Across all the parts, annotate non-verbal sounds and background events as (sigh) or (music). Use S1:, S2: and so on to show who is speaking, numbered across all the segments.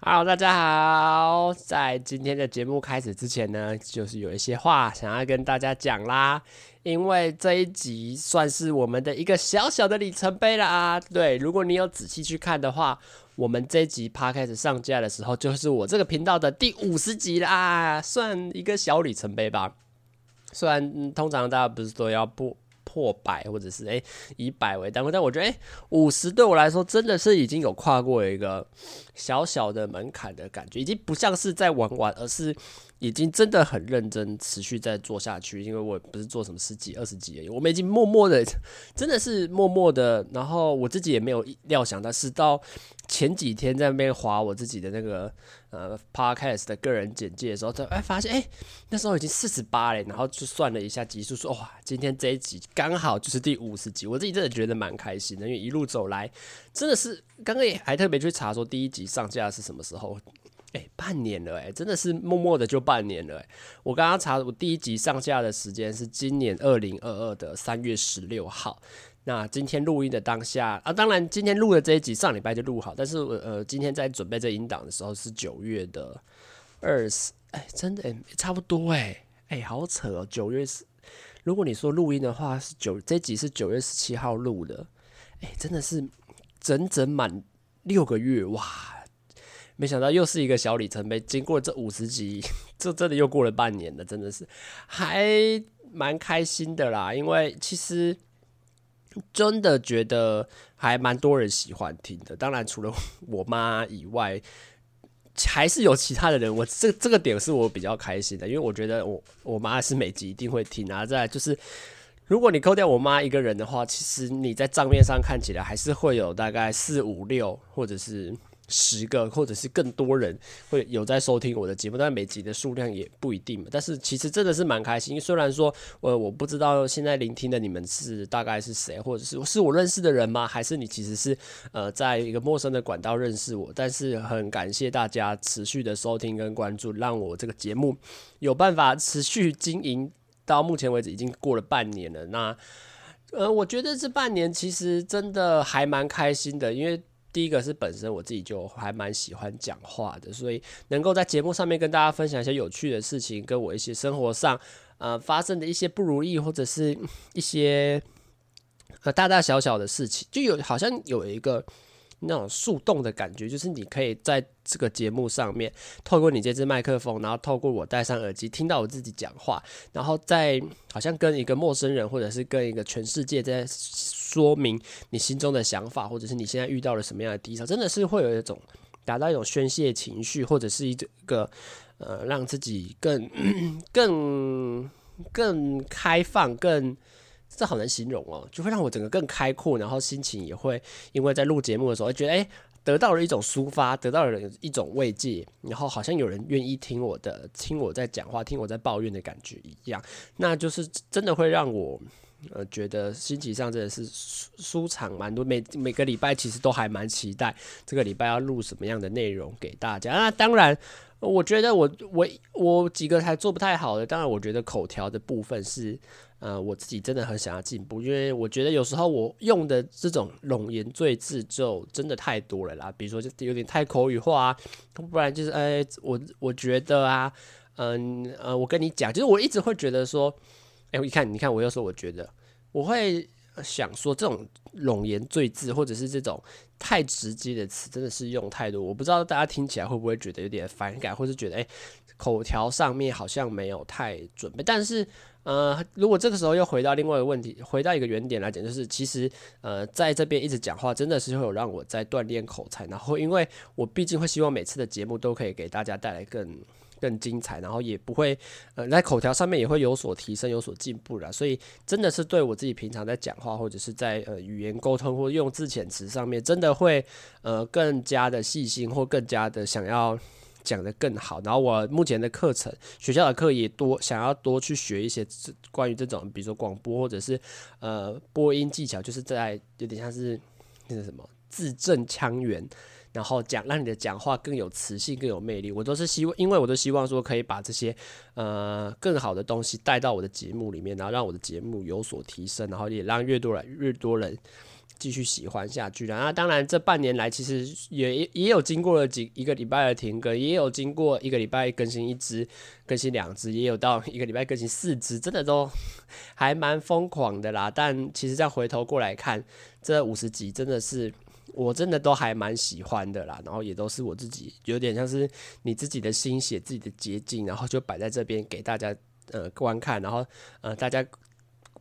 S1: Hello，大家好，在今天的节目开始之前呢，就是有一些话想要跟大家讲啦，因为这一集算是我们的一个小小的里程碑啦。对，如果你有仔细去看的话，我们这一集 podcast 上架的时候，就是我这个频道的第五十集啦，算一个小里程碑吧。虽然、嗯通常大家不是都要破破百，或者是诶、以百为单位，但我觉得诶五十对我来说真的是已经有跨过一个小小的门槛的感觉，已经不像是在玩玩，而是已经真的很认真持续在做下去。因为我也不是做什么十几二十几而已，我们已经默默的，真的是默默的，然后我自己也没有料想到，是到前几天在那边划我自己的那个呃 podcast 的个人简介的时候，才哎发现哎、那时候已经四十八嘞，然后就算了一下集数，说哇，今天这一集刚好就是第五十集，我自己真的觉得蛮开心的，因为一路走来真的是刚刚也还特别去查说第一集上架是什么时候。哎、半年了哎、真的是默默的就半年了哎、我刚刚查，我第一集上架的时间是今年二零二二的三月十六号。那今天录音的当下啊，当然今天录的这一集上礼拜就录好，但是我呃今天在准备这音档的时候是九月的二十，哎，真的哎、差不多哎、哎、好扯哦，九月十。如果你说录音的话，是九这集是九月十七号录的，哎、真的是整整满六个月哇！没想到又是一个小里程碑，经过这五十集， (laughs) 这真的又过了半年了，真的是还蛮开心的啦。因为其实真的觉得还蛮多人喜欢听的，当然除了我妈以外，还是有其他的人。我这这个点是我比较开心的，因为我觉得我我妈是每集一定会听啊。再来就是，如果你扣掉我妈一个人的话，其实呃你在账面上看起来还是会有大概四五六或者是。十个或者是更多人会有在收听我的节目，但每集的数量也不一定嘛。但是其实真的是蛮开心，虽然说呃我不知道现在聆听的你们是大概是谁，或者是是我认识的人吗？还是你其实是呃在一个陌生的管道认识我？但是很感谢大家持续的收听跟关注，让我这个节目有办法持续经营。到目前为止已经过了半年了，那呃，我觉得这半年其实真的还蛮开心的，因为第一个是本身我自己就还蛮喜欢讲话的，所以能够在节目上面跟大家分享一些有趣的事情，跟我一些生活上呃发生的一些不如意或者是嗯一些呃大大小小的事情，就有好像有一个。那种树洞的感觉，就是你可以在这个节目上面，透过你这支麦克风，然后透过我戴上耳机，听到我自己讲话，然后再好像跟一个陌生人，或者是跟一个全世界在说明你心中的想法，或者是你现在遇到了什么样的低潮，真的是会有一种达到一种宣泄情绪，或者是一个呃让自己更更更开放、更这好难形容哦，就会让我整个更开阔，然后心情也会因为在录节目的时候会觉得哎。诶得到了一种抒发，得到了一种慰藉，然后好像有人愿意听我的，听我在讲话，听我在抱怨的感觉一样，那就是真的会让我呃，觉得心情上真的是舒舒畅蛮多。每每个礼拜其实都还蛮期待这个礼拜要录什么样的内容给大家。那当然，呃我觉得我我我几个还做不太好的，当然我觉得口条的部分是。呃，我自己真的很想要进步，因为我觉得有时候我用的这种冗言赘字就真的太多了啦。比如说，就有点太口语化、啊，不然就是哎、我我觉得啊，嗯呃，我跟你讲，就是我一直会觉得说，哎、我一看，你看，我又说我觉得，我会想说这种冗言赘字，或者是这种太直接的词，真的是用太多。我不知道大家听起来会不会觉得有点反感，或是觉得哎、口条上面好像没有太准备。但是呃，如果这个时候又回到另外一个问题，回到一个原点来讲，就是其实呃，在这边一直讲话，真的是会有让我在锻炼口才。然后，因为我毕竟会希望每次的节目都可以给大家带来更。更精彩，然后也不会，呃，在口条上面也会有所提升，有所进步啦。所以真的是对我自己平常在讲话，或者是在呃语言沟通或用字遣词上面，真的会呃更加的细心，或更加的想要讲得更好。然后我目前的课程，学校的课也多，呃想要多去学一些这关于这种，比如说广播或者是呃播音技巧，就是在有点像是呃那个什么字正腔圆，然后讲让你的讲话更有磁性、更有魅力。我都是希望，因为我都希望说可以把这些呃更好的东西带到我的节目里面，然后让我的节目有所提升，然后也让越多人越多人。继续喜欢下去啦。那当然，这半年来其实也也有经过了几一个礼拜的停更，也有经过一个礼拜更新一支、更新两支，也有到一个礼拜更新四支，真的都 (laughs) 还蛮疯狂的啦。但其实再回头过来看，这五十集真的是。我真的都还蛮喜欢的啦，然后也都是我自己有点像是你自己的心血、自己的捷径，然后就摆在这边给大家呃观看，然后呃大家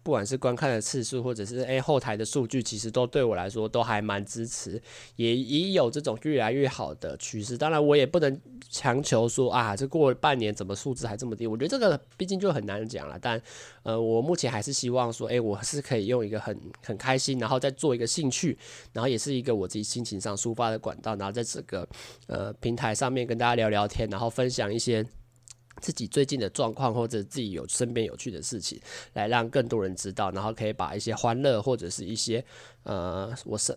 S1: 不管是观看的次数，或者是诶、后台的数据，其实都对我来说都还蛮支持，也也有这种越来越好的趋势。当然，我也不能强求说啊，这过了半年怎么数字还这么低？我觉得这个毕竟就很难讲了。但呃，我目前还是希望说，诶、哎我是可以用一个很很开心，然后再做一个兴趣，然后也是一个我自己心情上抒发的管道，然后在这个呃平台上面跟大家聊聊天，然后分享一些。自己最近的状况，或者自己有身边有趣的事情，来让更多人知道，然后可以把一些欢乐或者是一些呃，我是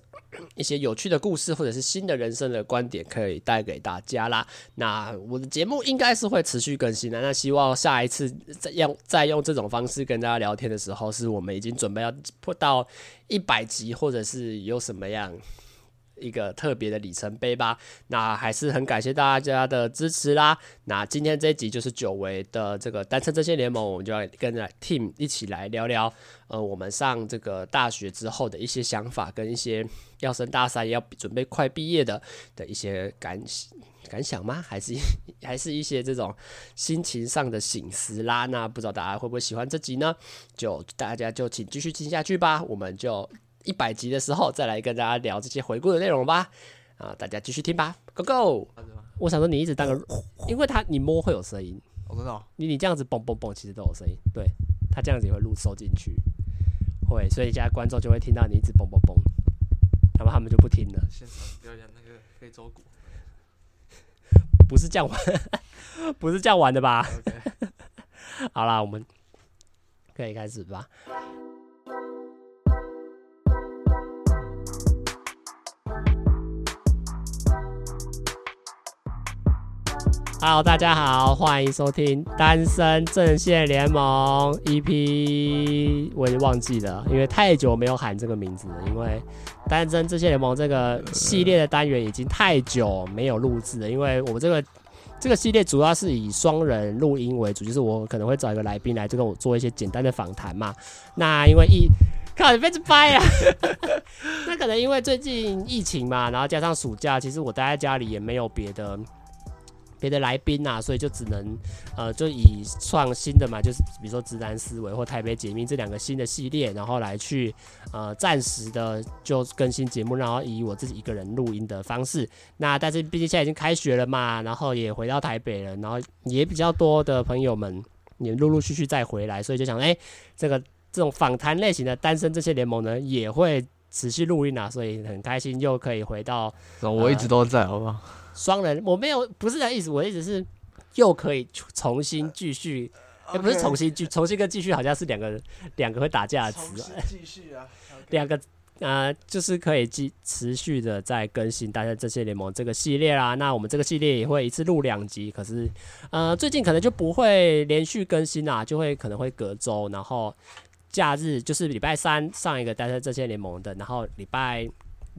S1: 一些有趣的故事，或者是新的人生的观点，可以带给大家啦。那我的节目应该是会持续更新的，那希望下一次再用再用这种方式跟大家聊天的时候，是我们已经准备要破到一百集，或者是有什么样一个特别的里程碑吧。那还是很感谢大家的支持啦。那今天这一集就是久违的这个单车这些联盟，我们就要跟着 Team 一起来聊聊，呃，我们上这个大学之后的一些想法，跟一些要升大三要准备快毕业的的一些感感想吗？还是还是一些这种心情上的醒思啦？那不知道大家会不会喜欢这集呢？就大家就请继续听下去吧，我们就一百集的时候再来跟大家聊这些回顾的内容吧。啊，大家继续听吧，Go Go！我想说你一直当个，因为他你摸会有声音，
S2: 我知道，
S1: 你你这样子蹦蹦蹦其实都有声音，对，他这样子也会录收进去，会，所以现在观众就会听到你一直蹦蹦蹦，那么他们就不听了。
S2: 现场表演那个非洲鼓。
S1: 不是这样玩，不是这样玩的吧？
S2: OK，
S1: (laughs)
S2: (laughs)
S1: 好啦，我们可以开始吧。Hello，大家好，欢迎收听《单身阵线联盟》EP，我已经忘记了，因为太久没有喊这个名字了。因为《单身阵线联盟》这个系列的单元已经太久没有录制了，因为我这个这个系列主要是以双人录音为主，就是我可能会找一个来宾来就跟我做一些简单的访谈嘛。那因为疫，靠你被子掰啊！ (laughs) 那可能因为最近疫情嘛，然后加上暑假，其实我待在家里也没有别的别的来宾呐、啊所以就只能呃就以创新的嘛，就是比如说直男思维或台北解密这两个新的系列，然后来去呃暂时的就更新节目，然后以我自己一个人录音的方式那但是毕竟现在已经开学了嘛，然后也回到台北了，然后呃也比较多的朋友们也陆陆续续再回来，所以就想，哎、这个这种访谈类型的单身这些联盟呢，也会持续录音啊，所以很开心又可以回到
S2: 我一直都在，好不 (laughs) 好？
S1: 双人，我没有不是的意思，我的意思是又可以重新继续，哎、不是重新继重新跟继续好像是两个两个会打架的词、啊，
S2: 继续啊。
S1: 两个呃，就是可以继持续的在更新《大家这些联盟》这个系列啦。那我们这个系列也会一次录两集，可是呃，最近可能就不会连续更新啦，就会可能会隔周，然后假日就是礼拜三上一个《大家这些联盟》的，然后礼拜。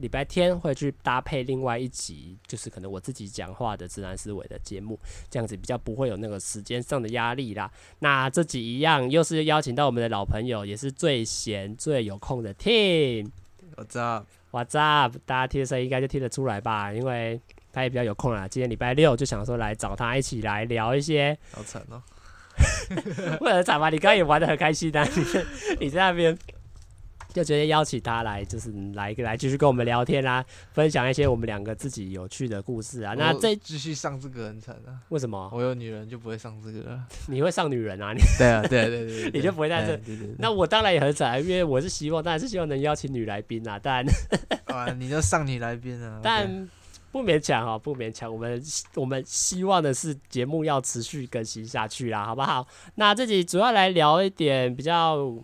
S1: 礼拜天会去搭配另外一集，就是可能我自己讲话的自然思维的节目，这样子比较不会有那个时间上的压力啦。那这集一样又是邀请到我们的老朋友，也是最闲最有空的 Tim。
S2: 我知道，
S1: What's up？大家听的声音应该就听得出来吧，因为他也比较有空啦。今天礼拜六就想说来找他一起来聊一些，
S2: 好惨哦。
S1: 为了惨吧，你刚刚也玩的很开心啊， (laughs) 你在你在那边就直接邀请他来，就是来来继续跟我们聊天啦、啊分享一些我们两个自己有趣的故事啊。那
S2: 我
S1: 这
S2: 继续上这个很惨啊。
S1: 为什么
S2: 我有女人就不会上这个了。
S1: 你会上女人啊？你
S2: (laughs) 对啊，对对 (laughs) 对，
S1: 你就不会在这
S2: 对啊对对
S1: 那我当然也很惨，因为我是希望，当然是希望能邀请女来宾啊，但
S2: 啊，你就上你来宾啊。
S1: 但不勉强哈、不勉强。我们我们希望的是节目要持续更新下去啦，好不好？那这集主要来聊一点比较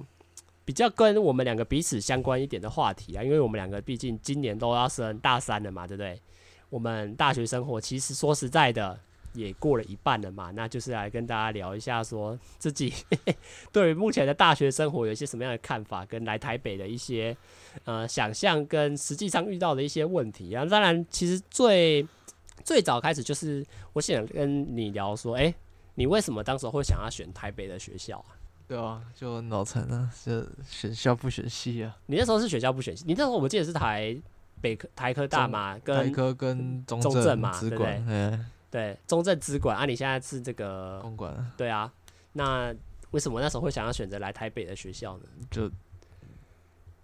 S1: 比较跟我们两个彼此相关一点的话题啊，因为我们两个毕竟今年都要升大三了嘛，对不对？我们大学生活其实说实在的，也过了一半了嘛，那就是来跟大家聊一下，说自己对于目前的大学生活有一些什么样的看法，跟来台北的一些呃想象，跟实际上遇到的一些问题。然后当然，其实最最早开始就是我想跟你聊说，哎、你为什么当时会想要选台北的学校啊？
S2: 对啊，就很脑残啊，就选校不选系啊，
S1: 你那时候是选校不选系？你那时候我记得是台北科、台科大
S2: 中
S1: 嘛，
S2: 台
S1: 跟
S2: 科跟中
S1: 中正
S2: 正
S1: 嘛
S2: 资
S1: 对不
S2: 管，哎，
S1: 对中正资管啊，你现在是这个
S2: 公管啊
S1: 对啊，那为什么那时候会想要选择来台北的学校呢？
S2: 就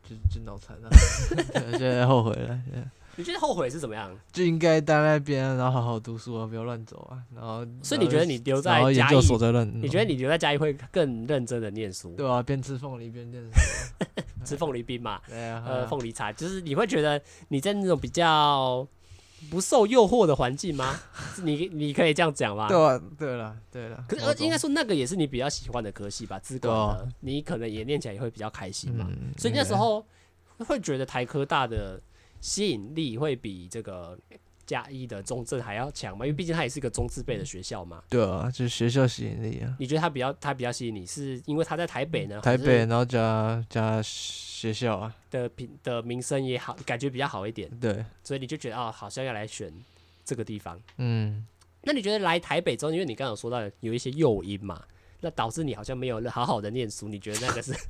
S2: 就就脑残 (laughs) 啊，对现在后悔了，现在
S1: 你觉得后悔是怎么样？
S2: 就应该待在那边啊，然后好好读书啊，不要乱走啊，然后
S1: 所以你觉得你留
S2: 然后
S1: 在
S2: 研
S1: 嘉义
S2: 究，所在乱弄，
S1: 你觉得你留在嘉义会更认真的念书，
S2: 对啊，边吃凤梨边念书，
S1: (laughs) 吃凤梨冰嘛，
S2: 对啊，
S1: 呃，
S2: 啊
S1: 凤梨茶，就是你会觉得你在那种比较不受诱惑的环境吗？是你你可以这样讲吗？
S2: 对啊，对了，对了，
S1: 可是
S2: 高
S1: 呃
S2: 中
S1: 应该说那个也是你比较喜欢的科系吧，资管的，
S2: 啊
S1: 你可能也念起来也会比较开心嘛。
S2: 嗯
S1: 所以那时
S2: 应该
S1: 候会觉得台科大的吸引力会比这个嘉义的中正还要强嘛，因为毕竟它也是一个中字辈的学校嘛。
S2: 对啊，就是学校吸引力啊，
S1: 你觉得它比较它比较吸引你，是因为它在台北呢？
S2: 台
S1: 还
S2: 北
S1: 是
S2: 然后加加学校啊，
S1: 的评的名声也好，感觉比较好一点，
S2: 对，
S1: 所以你就觉得啊、好像要来选这个地方。
S2: 嗯，
S1: 那你觉得来台北之后，因为你刚刚有说到有一些诱因嘛，那导致你好像没有好好的念书，你觉得那个是？ (laughs)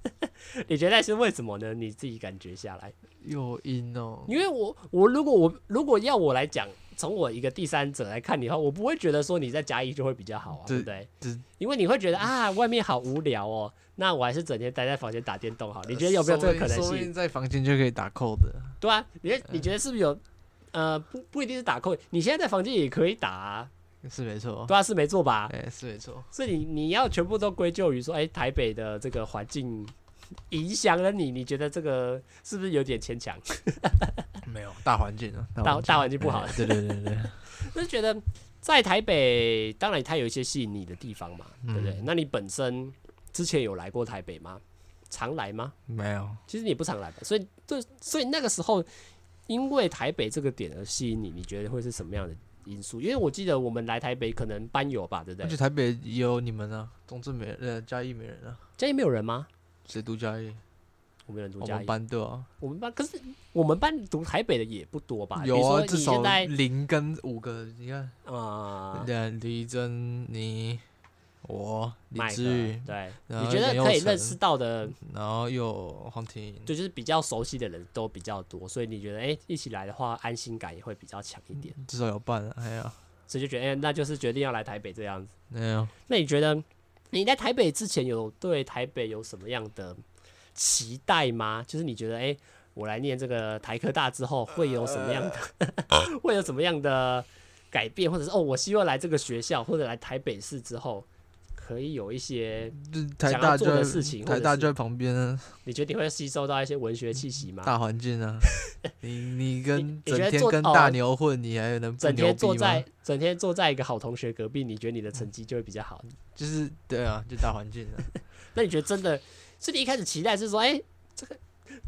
S1: 你觉得那是为什么呢？你自己感觉下来？
S2: 诱因哦，
S1: 因为我我如果我如果要我来讲，从我一个第三者来看你的话，我不会觉得说你在嘉义就会比较好啊，对
S2: 这
S1: 不对
S2: 这？
S1: 因为你会觉得啊，外面好无聊哦，那我还是整天待在房间打电动好。你觉得有没有这个可能
S2: 说不
S1: 性？
S2: 定在房间就可以嗯打扣的，
S1: 对啊，你觉得你觉得是不是有？呃，不不一定是打扣，你现在在房间也可以打、啊，
S2: 是没错，
S1: 对啊，是没错吧？
S2: 哎，是没错，
S1: 所以你你要全部都归咎于说，哎、台北的这个环境影响了你，你觉得这个是不是有点牵强？
S2: 没有大环境啊，
S1: 大大环境不好
S2: 哎对对对
S1: (laughs)
S2: 对，
S1: 就是觉得在台北，当然它有一些吸引你的地方嘛，
S2: 嗯
S1: 对不对？那你本身之前有来过台北吗？常来吗？
S2: 没有，
S1: 其实你也不常来吧，所以对，所以那个时候因为台北这个点而吸引你，你觉得会是什么样的因素？因为我记得我们来台北可能班友吧，对不
S2: 而
S1: 对？
S2: 且台北也有你们啊，中正没人呃，嘉义没人啊，
S1: 嘉义没有人吗？
S2: 谁读嘉义？
S1: 我们有人读
S2: 我
S1: 嘉
S2: 们
S1: 义，
S2: 班对啊，
S1: 我们班可是我们班读台北的也不多吧？
S2: 有啊，
S1: 比
S2: 至
S1: 如说你
S2: 少
S1: 现在
S2: 零跟五个，你看，
S1: 啊，
S2: 对啊，李珍妮，我李
S1: 麦克
S2: 志宇，
S1: 对，
S2: 然后
S1: 你觉得
S2: 严
S1: 可
S2: 佑
S1: 以
S2: 成
S1: 认识到的
S2: 然后又有黄庭莹，
S1: 对，就是比较熟悉的人都比较多，所以你觉得哎、诶一起来的话，安心感也会比较强一点，
S2: 至少有伴啊，还有
S1: 所以就觉得哎、诶那就是决定要来台北这样子。
S2: 没有？
S1: 那你觉得你在台北之前有对台北有什么样的期待吗？就是你觉得哎、诶我来念这个台科大之
S2: 呃
S1: 后会有什么样的， (laughs) 会有什么样的改变，或者是哦，我希望来这个学校或者来台北市之后，可以有一些
S2: 就
S1: 想
S2: 台
S1: 要
S2: 大
S1: 做
S2: 就
S1: 的
S2: 在
S1: 事情，或
S2: 台
S1: 者
S2: 大
S1: 是
S2: 就在旁边啊，
S1: 你觉得你会吸收到一些文学气息吗？
S2: 大环境
S1: (laughs)
S2: 啊，你你
S1: 你
S2: 跟
S1: 觉
S2: 整
S1: 得
S2: 天
S1: 做
S2: 跟
S1: 哦
S2: 大牛混，你还能不
S1: 整
S2: 牛
S1: 天坐
S2: 逼吗
S1: 在？整天坐在一个好同学隔壁，你觉得你的成绩就会比较好？
S2: 就是对啊，就大环境啊，
S1: 那你觉得真的是你一开始期待是说，哎、这个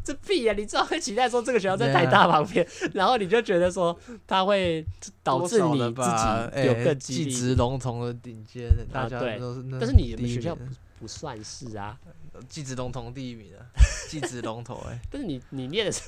S1: 这屁呀、你知道会期待说这个学校在
S2: 对啊
S1: 台大旁边，然后你就觉得说它会导致你
S2: 多少
S1: 自
S2: 了吧
S1: 己有
S2: 哎
S1: 更激
S2: 技
S1: 励，
S2: 职龙童的顶尖的，
S1: 啊
S2: 大家
S1: 对
S2: 都是那
S1: 但是你们
S2: 第一
S1: 学校
S2: 名啊
S1: 不算是啊。
S2: 技职龙童第一 (laughs) 名啊，技职龙头哎，
S1: 但是你你念的是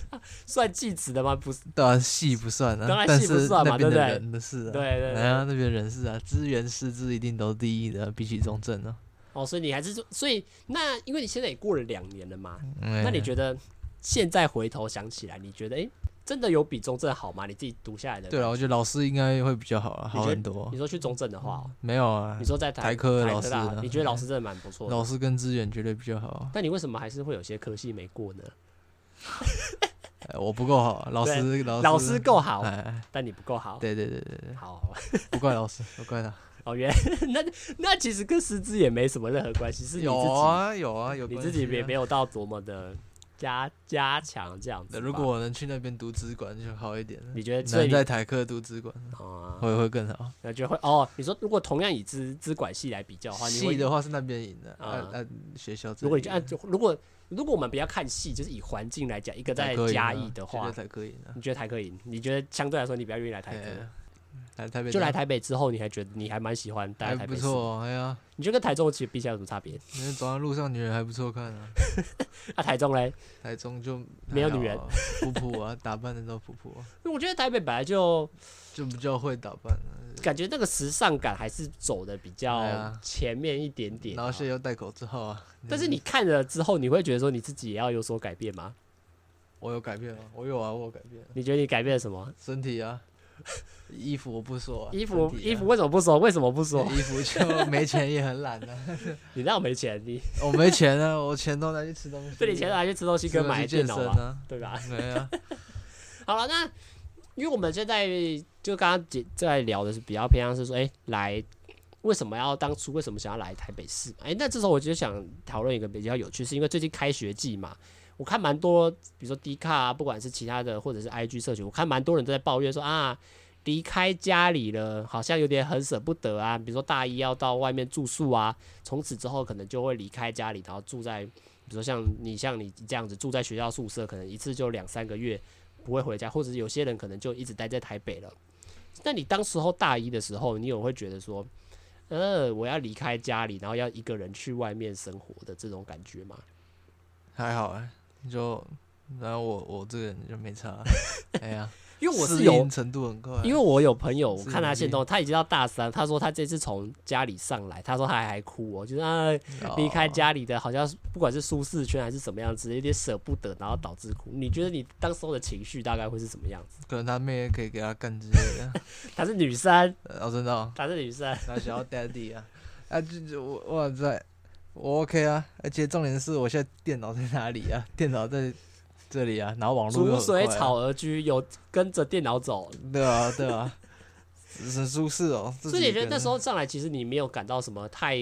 S1: 算技职的吗？不是，
S2: 当然戏不算啊，
S1: 当然
S2: 但
S1: 戏不
S2: 是
S1: 算嘛
S2: 那边
S1: 对
S2: 的
S1: 不对
S2: 人的事啊，
S1: 对对对
S2: 哎呀，那边人事啊，资源师资一定都第一的，比起中正啊，
S1: 哦，所以你还是说，所以那因为你现在也过了两年了嘛，
S2: 那
S1: 那你觉得现在回头想起来，你觉得哎、真的有比中正好吗？你自己读下来的
S2: 对啊了，我觉得老师应该会比较好啊，
S1: 你觉
S2: 好
S1: 得
S2: 很多
S1: 你。说去中正的话、哦，
S2: 没有啊
S1: 你，说在台
S2: 台科的
S1: 台
S2: 老
S1: 科
S2: 师
S1: 大
S2: 呢
S1: 你觉得老师真的蛮不错的，
S2: 老师跟资源绝对比较好啊。
S1: 那你为什么还是会有些科系没过呢？
S2: 哎我不够好啊，老师老师
S1: 老师够好，
S2: 哎，哎
S1: 但你不够好。
S2: 对对对对对，
S1: 好， (laughs)
S2: 不怪老师，不怪他。
S1: 哦，原来那那其实跟师资也没什么任何关系，是 (laughs) 你自己，
S2: 有啊有啊有
S1: 你
S2: 关
S1: 自己
S2: 系
S1: 也
S2: 啊
S1: 没有到多么的加加强这样子
S2: 那
S1: 吧。
S2: 如果我能去那边读资管就好一点了。
S1: 你觉得所以
S2: 能
S1: 你
S2: 在台科读资管
S1: 啊，
S2: 会会更好。
S1: 那就会哦，你说如果同样以资资管系来比较的话，你
S2: 系
S1: 会
S2: 的话是那边赢的，
S1: 啊
S2: 按按学校这里。
S1: 如果你就按就如果如果我们不要看系，就是以环境来讲，一个在
S2: 台科赢啊
S1: 嘉义的
S2: 绝
S1: 话嗯
S2: 对，台科赢啊
S1: 你觉得台科赢？你觉得相对来说你比较愿意来台科？
S2: 哎来台北
S1: 就来台北之后，你还觉得你还蛮喜欢待
S2: 还
S1: 在台
S2: 不
S1: 北市，
S2: 错、哦，哎呀，
S1: 你觉得跟台中其实比起来有什么差别？
S2: 那走在路上女人还不错看啊，
S1: 啊，台中嘞，
S2: 台中就
S1: 没有
S2: 还好
S1: 女人
S2: 啊，普普啊，打扮的都普普啊，
S1: 我觉得台北本来就
S2: 就比较会打扮啊，
S1: 感觉那个时尚感还是走的比
S2: 对
S1: 较
S2: 啊
S1: 前面一点点、
S2: 然
S1: 啊
S2: 后现在又戴口罩啊，
S1: (laughs) 但是你看了之后，你会觉得说你自己也要有所改变吗？
S2: 我有改变吗？我有啊，我有改变啊，
S1: 你觉得你改变了什么？
S2: 身体啊，衣服我不说、啊，
S1: 衣服
S2: 身体啊
S1: 衣服为什么不说？为什么不说？
S2: 衣服就没钱也很懒啊， (laughs)
S1: 你那我没钱，你
S2: 我没钱啊，我钱都拿去吃东西啊，
S1: (laughs) 对你钱拿去吃东西
S2: 吃
S1: 跟
S2: 东西
S1: 买电
S2: 健
S1: 脑
S2: 身
S1: 吧，
S2: 啊，
S1: 对吧？(laughs)
S2: 对啊，
S1: 好了，那因为我们现在就刚刚姐在聊的是比较偏向是说，哎、来为什么要当初为什么想要来台北市嘛？哎、那这时候我就想讨论一个比较有趣，是因为最近开学季嘛，我看蛮多，比如说 D 卡啊，不管是其他的或者是 IG 社群，我看蛮多人都在抱怨说啊。离开家里了，好像有点很舍不得啊。比如说大一要到外面住宿啊，从此之后可能就会离开家里，然后住在，比如说像你像你这样子住在学校宿舍，可能一次就两三个月，不会回家，或者有些人可能就一直待在台北了。那你当时候大一的时候，你有会觉得说，呃，我要离开家里，然后要一个人去外面生活的这种感觉吗？
S2: 还好哎、就然后我我这个人就没差，
S1: (laughs)
S2: 哎呀，
S1: 因为我是
S2: 适
S1: 有
S2: 应，程度很快啊，
S1: 因为我有朋友，我
S2: 适应
S1: 看他
S2: 能
S1: 现
S2: 力
S1: 动，他已经到大三，他说他这次从家里上来，他说他还哭哦，就是啊离开
S2: 哦，
S1: 家里的，好像是不管是舒适圈还是什么样子，有点舍不得，然后导致哭。你觉得你当时候的情绪大概会是什么样子？
S2: 可能他妹也可以给他干之类
S1: (laughs)
S2: 的，
S1: 她是女生，
S2: 呃哦，真的、哦，
S1: 她是女生，
S2: 他想要 daddy 啊，啊，就就我哇塞，我 OK 啊，而且重点是我现在电脑在哪里啊？电脑在这里啊，然后网络又
S1: 逐
S2: 很
S1: 水
S2: 快啊
S1: 草而居，有跟着电脑走，
S2: 对啊，对啊，很舒适哦。自
S1: 所以
S2: 己
S1: 你
S2: 一个
S1: 觉得
S2: 人
S1: 那时候上来，其实你没有感到什么太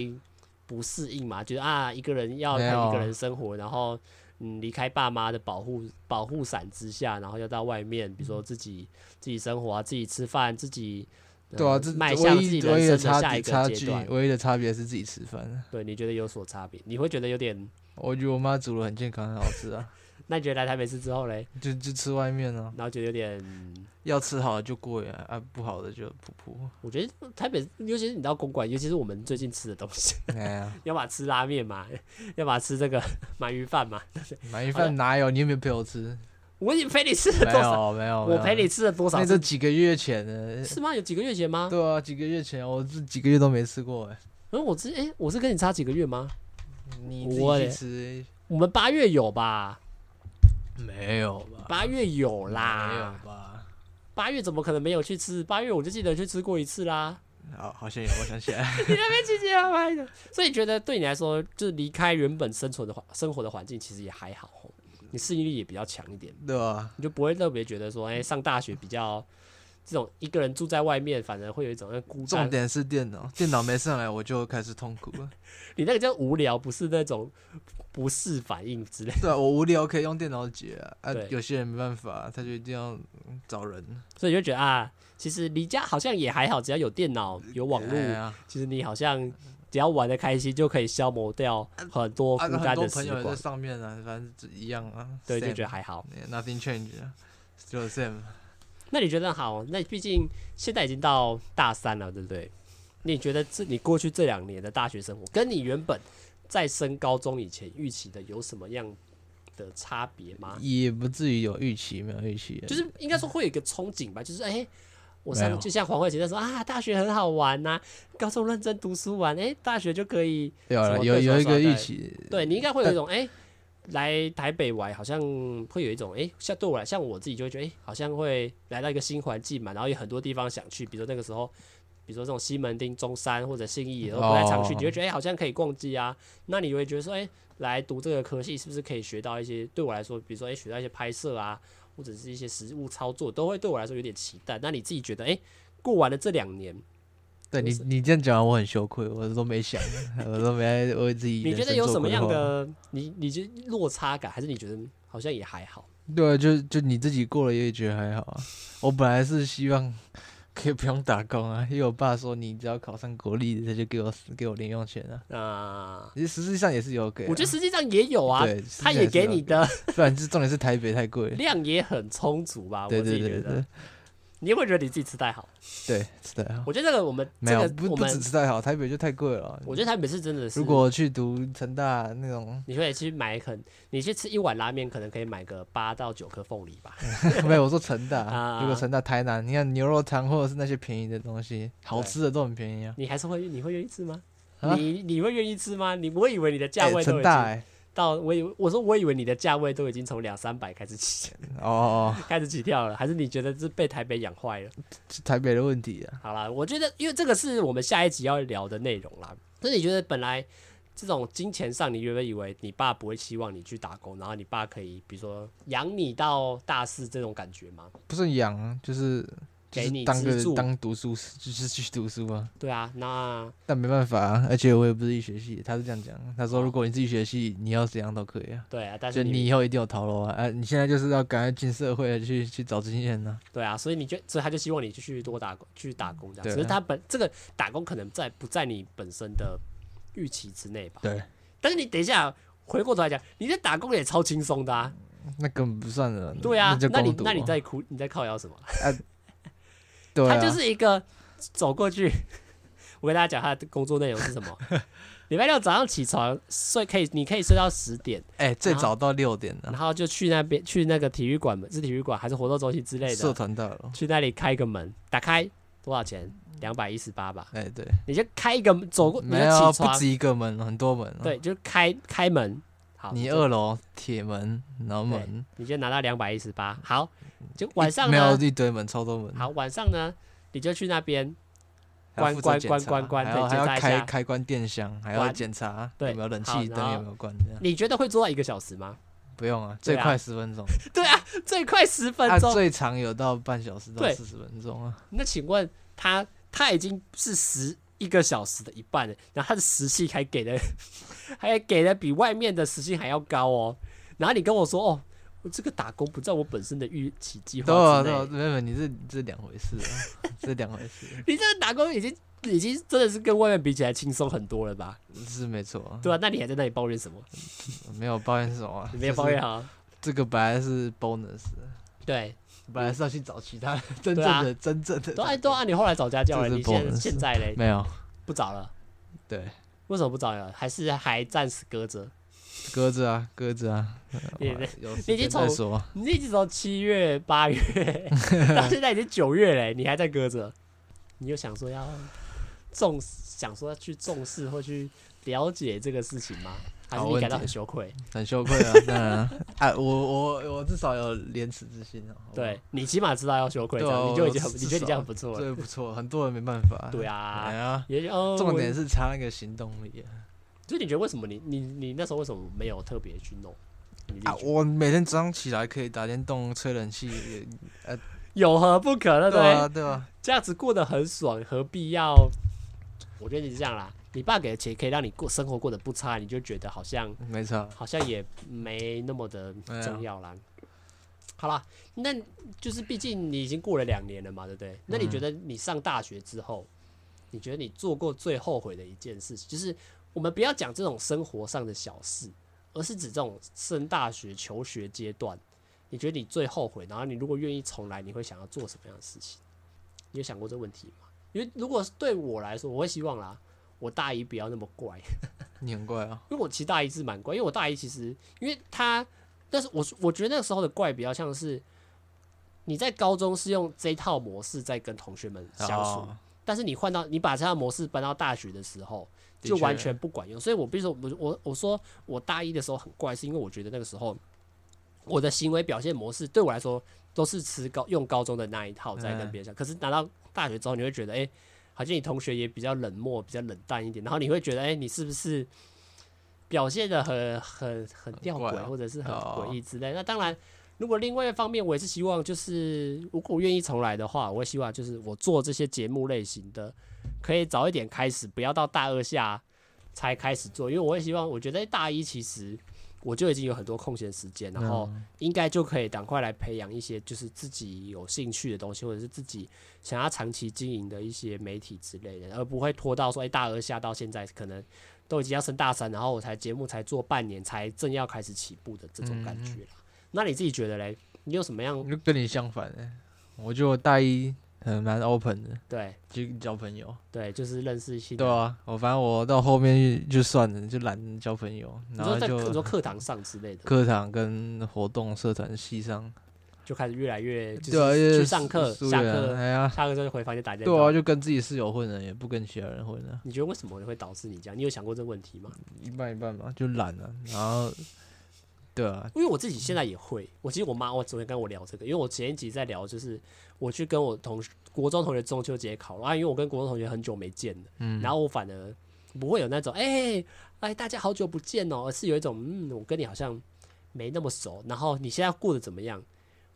S1: 不适应嘛？觉得啊，一个人要
S2: 没有
S1: 一个人生活，然后嗯，离开爸妈的保护保护伞之下，然后要到外面，比如
S2: 嗯
S1: 说自己自己生活啊，自己吃饭，自己、呃
S2: 对啊，这
S1: 迈向
S2: 唯
S1: 自己
S2: 一
S1: 人
S2: 唯一
S1: 生
S2: 的
S1: 的
S2: 差
S1: 下
S2: 距
S1: 一
S2: 差
S1: 个
S2: 距
S1: 阶段，，
S2: 唯一的差别是自己吃饭。
S1: 对你觉得有所差别？你会觉得有点？
S2: 我觉得我妈煮的很健康，很好吃啊，
S1: 那你觉得来台北市之后嘞，
S2: 就就吃外面啊，
S1: 然后觉得有点
S2: 要吃好的就贵啊，啊不好的就普
S1: (laughs)
S2: 普。
S1: 我觉得台北，尤其是你到公馆，尤其是我们最近吃的东西，
S2: 哎呀，
S1: 要么吃拉面嘛， (laughs) 要么吃这个 (laughs) 鳗鱼饭嘛。
S2: 买一饭哪有？你有没有陪我吃？
S1: 我已经陪你吃了 (laughs)
S2: 没
S1: 多少
S2: 有没有，没
S1: 我
S2: 有
S1: 陪你。吃了多少
S2: 啊那都
S1: 次？
S2: 几个月前的，
S1: 是吗？有几个月前吗？
S2: 对啊，几个月前我这几个月都没吃过哎。
S1: 嗯，我之哎、我是跟你差几个月吗？
S2: 你
S1: 自
S2: 自
S1: 己我去
S2: 己
S1: 嘞
S2: 去吃
S1: 我们八月有吧？
S2: 没有吧？
S1: 八月有
S2: 啊没有
S1: 啦。
S2: 吧？
S1: 八月怎么可能没有去吃？八月我就记得去吃过一次啦。
S2: 好，好像有，我想起来。
S1: 谢谢啊，拜的。所以觉得对你来说，就是离开原本生存的环生活的环境，其实也还好哦。你适应力也比较强一点，
S2: (laughs) 对啊，
S1: (laughs) 你就不会特别觉得说，哎、上大学比较这种一个人住在外面，反而会有一种那孤
S2: 重
S1: 单。
S2: 点是电脑，电脑没上来我就开始痛苦了。
S1: 你那个叫无聊，不是那种不适反应之类的。
S2: 对啊，我无聊可以用电脑解啊，啊
S1: 对
S2: 有些人没办法，他就一定要嗯找人。
S1: 所以就觉得啊，其实离家好像也还好，只要有电脑、有网
S2: 哎
S1: 络，
S2: 呀
S1: 其实你好像只要玩的开心，就可以消磨掉很多
S2: 啊，
S1: 孤
S2: 很
S1: 单
S2: 多
S1: 的
S2: 朋
S1: 时
S2: 友也在
S1: 光。
S2: 上面啊，反正就一样啊。
S1: 对，就
S2: same，
S1: 觉得还好。
S2: yeah, nothing change，啊只有 same。
S1: 那你觉得好？那毕竟现在已经到大三了，对不对？你觉得这你过去这两年的大学生活，跟你原本在升高中以前预期的有什么样的差别吗？
S2: 也不至于有预期，没有预期。
S1: 啊就是应该说会有一个憧憬吧，就是哎、我
S2: 没
S1: 上
S2: 有
S1: 就像黄慧琪在说啊，大学很好玩呐、高中认真读书玩，哎、大学就可以
S2: 有
S1: 什
S2: 了
S1: 么
S2: 啊有
S1: 对
S2: 有一
S1: 手耍
S2: 个预
S1: 带
S2: 期，
S1: 对你应该会有一种哎、来台北玩好像会有一种哎、像对我来，像我自己就会觉得哎、好像会来到一个新环境嘛，然后有很多地方想去，比如说那个时候，比如说这种西门町、中山或者信义，然后不太常去，
S2: 哦
S1: 你会觉得哎、好像可以逛街啊，那你会觉得说哎、来读这个科系是不是可以学到一些？对我来说，比如说哎、学到一些拍摄啊，或者是一些实物操作，都会对我来说有点期待。那你自己觉得哎、过完了这两年，
S2: 对你
S1: 就是
S2: 你这样讲完我很羞愧，我都没想，我都没在为自己。
S1: (laughs) 你觉得有什么样？的你你觉得落差感，还是你觉得好像也还好？
S2: 对啊，就就你自己过了也觉得还好啊。我本来是希望可以不用打工啊，因为我爸说你只要考上国立，他就给我给我零用钱啊。
S1: 啊、
S2: 其实实际上也是有给啊、
S1: 我觉得实际上也有啊，
S2: 对，
S1: 他也给你的 (laughs)
S2: 实际上也是有给，不然就重点是台北太贵。
S1: 量也很充足吧，
S2: 对
S1: 啊我自
S2: 对
S1: 己觉
S2: 对对
S1: 得。你会觉得你自己吃太好？
S2: 对，吃太好。
S1: 我觉得这个我们
S2: 没
S1: 这
S2: 有，
S1: 个
S2: 不
S1: 我
S2: 不只
S1: 们，
S2: 吃太好，台北就太贵了。
S1: 我觉得台北是真的是，
S2: 如果去读成大
S1: (laughs)
S2: 那种，
S1: 你可以去买，可能你去吃一碗拉面，可能可以买个八到九颗凤梨吧。
S2: 没有，我说成
S1: 啊
S2: 大，如果成大台南，你看牛肉汤或者是那些便宜的东西，好吃的都很便宜啊。
S1: 你还是会你会愿意吃吗？
S2: 啊
S1: 你你会愿意吃吗？你我以为你的价
S2: 哎
S1: 位都
S2: 成
S1: 已
S2: 大
S1: 经
S2: 哎，
S1: 到，我以为我说我以为你的价位都已经从两三百开始起
S2: 哦哦，
S1: 开始起跳了，还是你觉得是被台北养坏了？
S2: 是台北的问题啊。
S1: 好啦，我觉得因为这个是我们下一集要聊的内容啦。那你觉得本来这种金钱上，你原本以为你爸不会希望你去打工，然后你爸可以比如说养你到大四这种感觉吗？
S2: 不是养，就是就
S1: 给你
S2: 是当
S1: 资助
S2: 个当读书，就是 (laughs) 去读书啊。
S1: 对啊，那
S2: 但没办法、啊，而且我也不是医学系，他是这样讲，他
S1: 哦
S2: 说如果你自己学系，你要怎样都可以啊，
S1: 对啊，但
S2: 就是你以后一定有逃楼啊，啊，你现在就是要赶快进社会去去找经验呢、
S1: 对啊，所以你就所以他就希望你继续多打工，去打工这样。
S2: 对啊
S1: 只是他本这个打工可能在不在你本身的预期之内吧？
S2: 对。
S1: 但是你等一下回过头来讲，你在打工也超轻松的啊。
S2: 那根本不算了，
S1: 对啊
S2: 嗯那就，
S1: 那你
S2: 攻读啊
S1: 那你在哭你在靠腰什么？
S2: 对啊，
S1: 他就是一个走过去。 (laughs) 我跟大家讲他的工作内容是什
S2: (laughs)
S1: 么？礼拜六早上起床睡可以，你可以睡到十点，
S2: 哎、最早到六点的、
S1: 然后就去那边去那个体育馆门，是体育馆还是活动中心之类
S2: 社
S1: 的，啊
S2: 团到了，
S1: 去那里开个门，打开多少钱？两百一十八吧。
S2: 哎、对，
S1: 你就开一个门走过，你就
S2: 嗯没有啊
S1: 起
S2: 不
S1: 床，
S2: 止一个门，很多门、哦，
S1: 对，，就开开门。好，
S2: 你
S1: 就
S2: 二楼铁门，然后
S1: 对
S2: 门，
S1: 你就拿到两百一十八。好，就晚上
S2: 没有
S1: 呢，
S2: 一堆门，超多门，
S1: 好晚上呢，你就去那边
S2: 还要
S1: 关
S2: 负责
S1: 关
S2: 检
S1: 关
S2: 查
S1: 关关，
S2: 还
S1: 对，
S2: 要还
S1: 检
S2: 要
S1: 查一
S2: 开
S1: 下。
S2: 开关电箱，还要
S1: 关
S2: 检查
S1: 对
S2: 有没有冷
S1: 好
S2: 气
S1: 然
S2: 灯有
S1: 后
S2: 没有关，这样
S1: 你觉得会做到一个小时吗？
S2: 不用啊，
S1: 对
S2: 最
S1: 啊
S2: 快十分钟。
S1: 对啊，最快十分
S2: 他
S1: 钟。
S2: 最长有到半小时到
S1: 对
S2: 四十分钟啊，
S1: 那请问他他已经是十一个小时的一半了，然后他的时薪还给的 (laughs) 还给的比外面的时薪还要高哦。然后你跟我说哦，我这个打工不在我本身的预期计
S2: 对
S1: 划
S2: 啊
S1: 之
S2: 对啊，
S1: 内。
S2: 没有没有，你这你这两回事啊，这两回
S1: (laughs)
S2: 事
S1: 你这个打工已经已经真的是跟外面比起来轻松很多了吧？
S2: 是没错啊，
S1: 对啊，那你还在那里抱怨什
S2: (laughs)
S1: 么？
S2: 没有抱怨什么啊，
S1: 你没有抱怨
S2: 就是
S1: 啊？
S2: 这个本来是 bonus，
S1: 对，
S2: 本来是要去找其他真
S1: 对
S2: 正
S1: 啊
S2: 的真正的
S1: 都按都按你后来找家教了，啊
S2: 这是
S1: 你现在
S2: bonus
S1: 现在嘞
S2: 没有，
S1: 不找了，
S2: 对，
S1: 为什么不找了？还是还暂时搁着？
S2: 鸽子啊鸽子啊，
S1: (laughs) 你
S2: 有
S1: 你已
S2: 时
S1: 经
S2: 间
S1: 从
S2: 再说啊，
S1: 你一直从七月、八月
S2: (laughs)
S1: 到现在已经九月嘞，你还在搁着，你又想说要重想说要去重视或去了解这个事情吗？还是
S2: 好
S1: 你
S2: 问
S1: 感到
S2: 题
S1: 很羞愧？
S2: 很羞愧啊，当然
S1: (laughs)
S2: 啊啊，我我我至少有廉耻之心啊，好不好
S1: 对，你起码知道要羞愧，这
S2: 对啊
S1: 样你就已经很，
S2: 我
S1: 你觉得你这样不错了。
S2: 这不错，很多人没办法，
S1: 对
S2: 哎
S1: 啊，
S2: 呀，
S1: 也哦，
S2: 重
S1: 我
S2: 点是差那个行动力啊。
S1: 就是你觉得为什么你你你那时候为什么没有特别去弄？你自己
S2: 啊，
S1: 觉得
S2: 我每天早上起来可以打电动、吹冷气，也
S1: 有何不可呢？对不
S2: 啊，
S1: 对，
S2: 对啊，
S1: 这样子过得很爽，何必要？我觉得你是这样啦，你爸给的钱可以让你过生活过得不差，你就觉得好像
S2: 没错。
S1: 好像也没那么的重要啦。好啦，那就是毕竟你已经过了两年了嘛，对不对？那你觉得你上大学之后，你觉得你做过最后悔的一件事情，就是我们不要讲这种生活上的小事，而是指这种升大学求学阶段，你觉得你最后悔，然后你如果愿意重来，你会想要做什么样的事情？你有想过这个问题吗？因为如果对我来说，我会希望啦，我大一不要那么怪，
S2: 你很怪啊，
S1: 因为我其实大一是蛮怪，因为我大一其实因为他，但是我我觉得那个时候的怪比较像是你在高中是用这一套模式在跟同学们相处，
S2: 哦
S1: 但是你换到你把这套模式搬到大学的时候，
S2: 的
S1: 就完
S2: 确
S1: 全不管用。所以我必须说，我我我说我大一的时候很怪，是因为我觉得那个时候我的行为表现模式对我来说都是吃高用高中的那一套在跟
S2: 嗯
S1: 别人讲，可是拿到大学之后，你会觉得，哎、好像你同学也比较冷漠，比较冷淡一点，然后你会觉得，哎、你是不是表现的很很很吊
S2: 怪
S1: 诡，
S2: 哦
S1: 或者是很
S2: 哦
S1: 诡异之类？那当然。如果另外一方面，我也是希望，就是如果我愿意重来的话，我会希望就是我做这些节目类型的，可以早一点开始，不要到大二下才开始做，因为我会希望，我觉得大一其实我就已经有很多空闲时间，然后应该就可以赶快来培养一些就是自己有兴趣的东西，或者是自己想要长期经营的一些媒体之类的，而不会拖到说哎、大二下到现在可能都已经要升大三，然后我才节目才做半年，才正要嗯开始起步的这种感觉啦。那你自己觉得嘞？你有什么样
S2: 哦就跟你相反哎，我觉得我大一很蛮 open 的，
S1: 对
S2: 就交朋友。
S1: 对，就是认识新的
S2: 对啊，我反正我到后面就算了，就懒得交朋友，
S1: 你
S2: 然
S1: 说
S2: 后
S1: 在课你
S2: 就
S1: 说课堂上之类的，
S2: 课堂跟活动、社团、系上，
S1: 就开始越来越就
S2: 对啊，因
S1: 是
S2: 为
S1: 去上课、
S2: 疏
S1: 下
S2: 远啊
S1: 课、
S2: 哎呀，
S1: 下课之后就回房间打电
S2: 对啊，
S1: 动。
S2: 就跟自己室友混了，也不跟其他人混了，
S1: 你觉得为什么会导致你这样？你有想过这个问题吗？
S2: 一半一半吧，就懒了，然
S1: (laughs)
S2: 后对啊，
S1: 因为我自己现在也会，我其实我妈我昨天跟我聊这个，因为我前一集在聊就是我去跟我同学国中同学中秋节烤肉啊，因为我跟国中同学很久没见了，
S2: 嗯
S1: 然后我反而不会有那种哎哎、大家好久不见哦，而是有一种嗯我跟你好像没那么熟，然后你现在过得怎么样？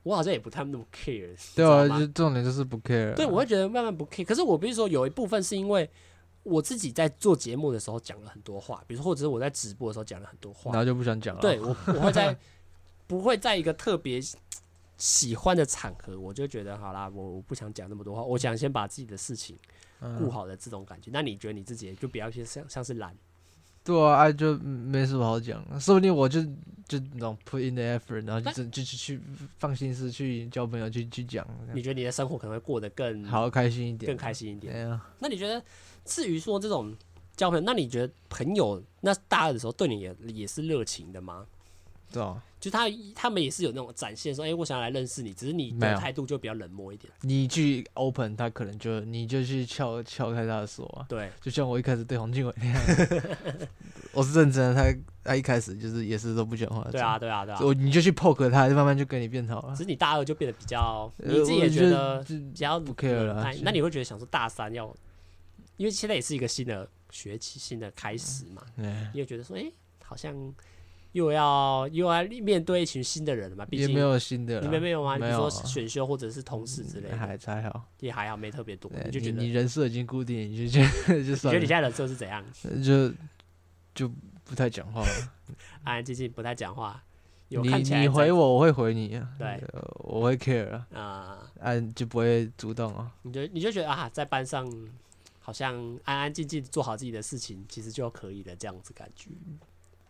S1: 我好像也不太那么 care，
S2: 对
S1: 你知道
S2: 啊，
S1: 吗
S2: 就重点就是不 care，
S1: 对，我会觉得慢慢不 care。可是我比如说有一部分是因为我自己在做节目的时候讲了很多话，比如说或者是我在直播的时候讲了很多话
S2: 然，后就不想讲了，
S1: 对我我会
S2: (laughs)
S1: 在不会在一个特别喜欢的场合，我就觉得好啦，我我不想讲那么多话，我想先把自己的事情顾
S2: 嗯，
S1: 好的这种感觉。那你觉得你自己就不要去像像是懒，
S2: 对啊，啊就没什么好讲，说不定我就就那种 put in the effort，然后就
S1: 但
S2: 真就去去放心思去交朋友，去去讲，这样
S1: 你觉得你的生活可能会过得更
S2: 嗯好开心一点，
S1: 嗯更开心一点
S2: 哎。呀，
S1: 那你觉得，至于说这种交朋友，那你觉得朋友那大二的时候对你也也是热情的吗？
S2: 对啊，
S1: 就他他们也是有那种展现说，哎、我想要来认识你，只是你
S2: 没
S1: 的
S2: 有
S1: 态度就比较冷漠一点。
S2: 你去 open，他可能就你就去撬撬开他的锁啊。
S1: 对，
S2: 就像我一开始对洪敬伟那
S1: (laughs)
S2: 样，我是认真的。他他一开始就是也是都不讲话，
S1: 对啊，，对啊，对啊。
S2: 我你就去 poke 他，就慢慢就跟你变好了
S1: 只。是你大二就变得比较，
S2: 呃
S1: 你自己也觉得
S2: 我就
S1: 比较
S2: 不 care 了
S1: 那
S2: 就
S1: 那你会觉得想说大三要，因为现在也是一个新的学期、新的开始嘛，
S2: 哎
S1: 你会觉得说，哎、好像又要又要面对一群新的人了嘛？毕
S2: 也
S1: 竟
S2: 没有新的
S1: 你
S2: 啦，
S1: 们没有吗？
S2: 没
S1: 比如
S2: 有啊
S1: 说
S2: 嗯
S1: 选修或者是同事之类的，
S2: 还还好。
S1: 也还好，没特别多，
S2: 哎
S1: 你就
S2: 你
S1: 觉得
S2: 你
S1: 你
S2: 人设已经固定，
S1: (laughs)
S2: 你就觉得就
S1: 觉
S2: 算
S1: 得你现
S2: 了，
S1: 在人设是怎样？
S2: 就就不太讲话了。
S1: 安安静静，不太讲话，有
S2: 你
S1: 看起来
S2: 你
S1: 在
S2: 回我，我会回你啊。
S1: 对
S2: 呃，我会 care 啊，
S1: 啊、
S2: 啊就不会主动啊。
S1: 你就你就觉得啊，在班上好像安安静静做好自己的事情，其实就可以了，这样子感觉。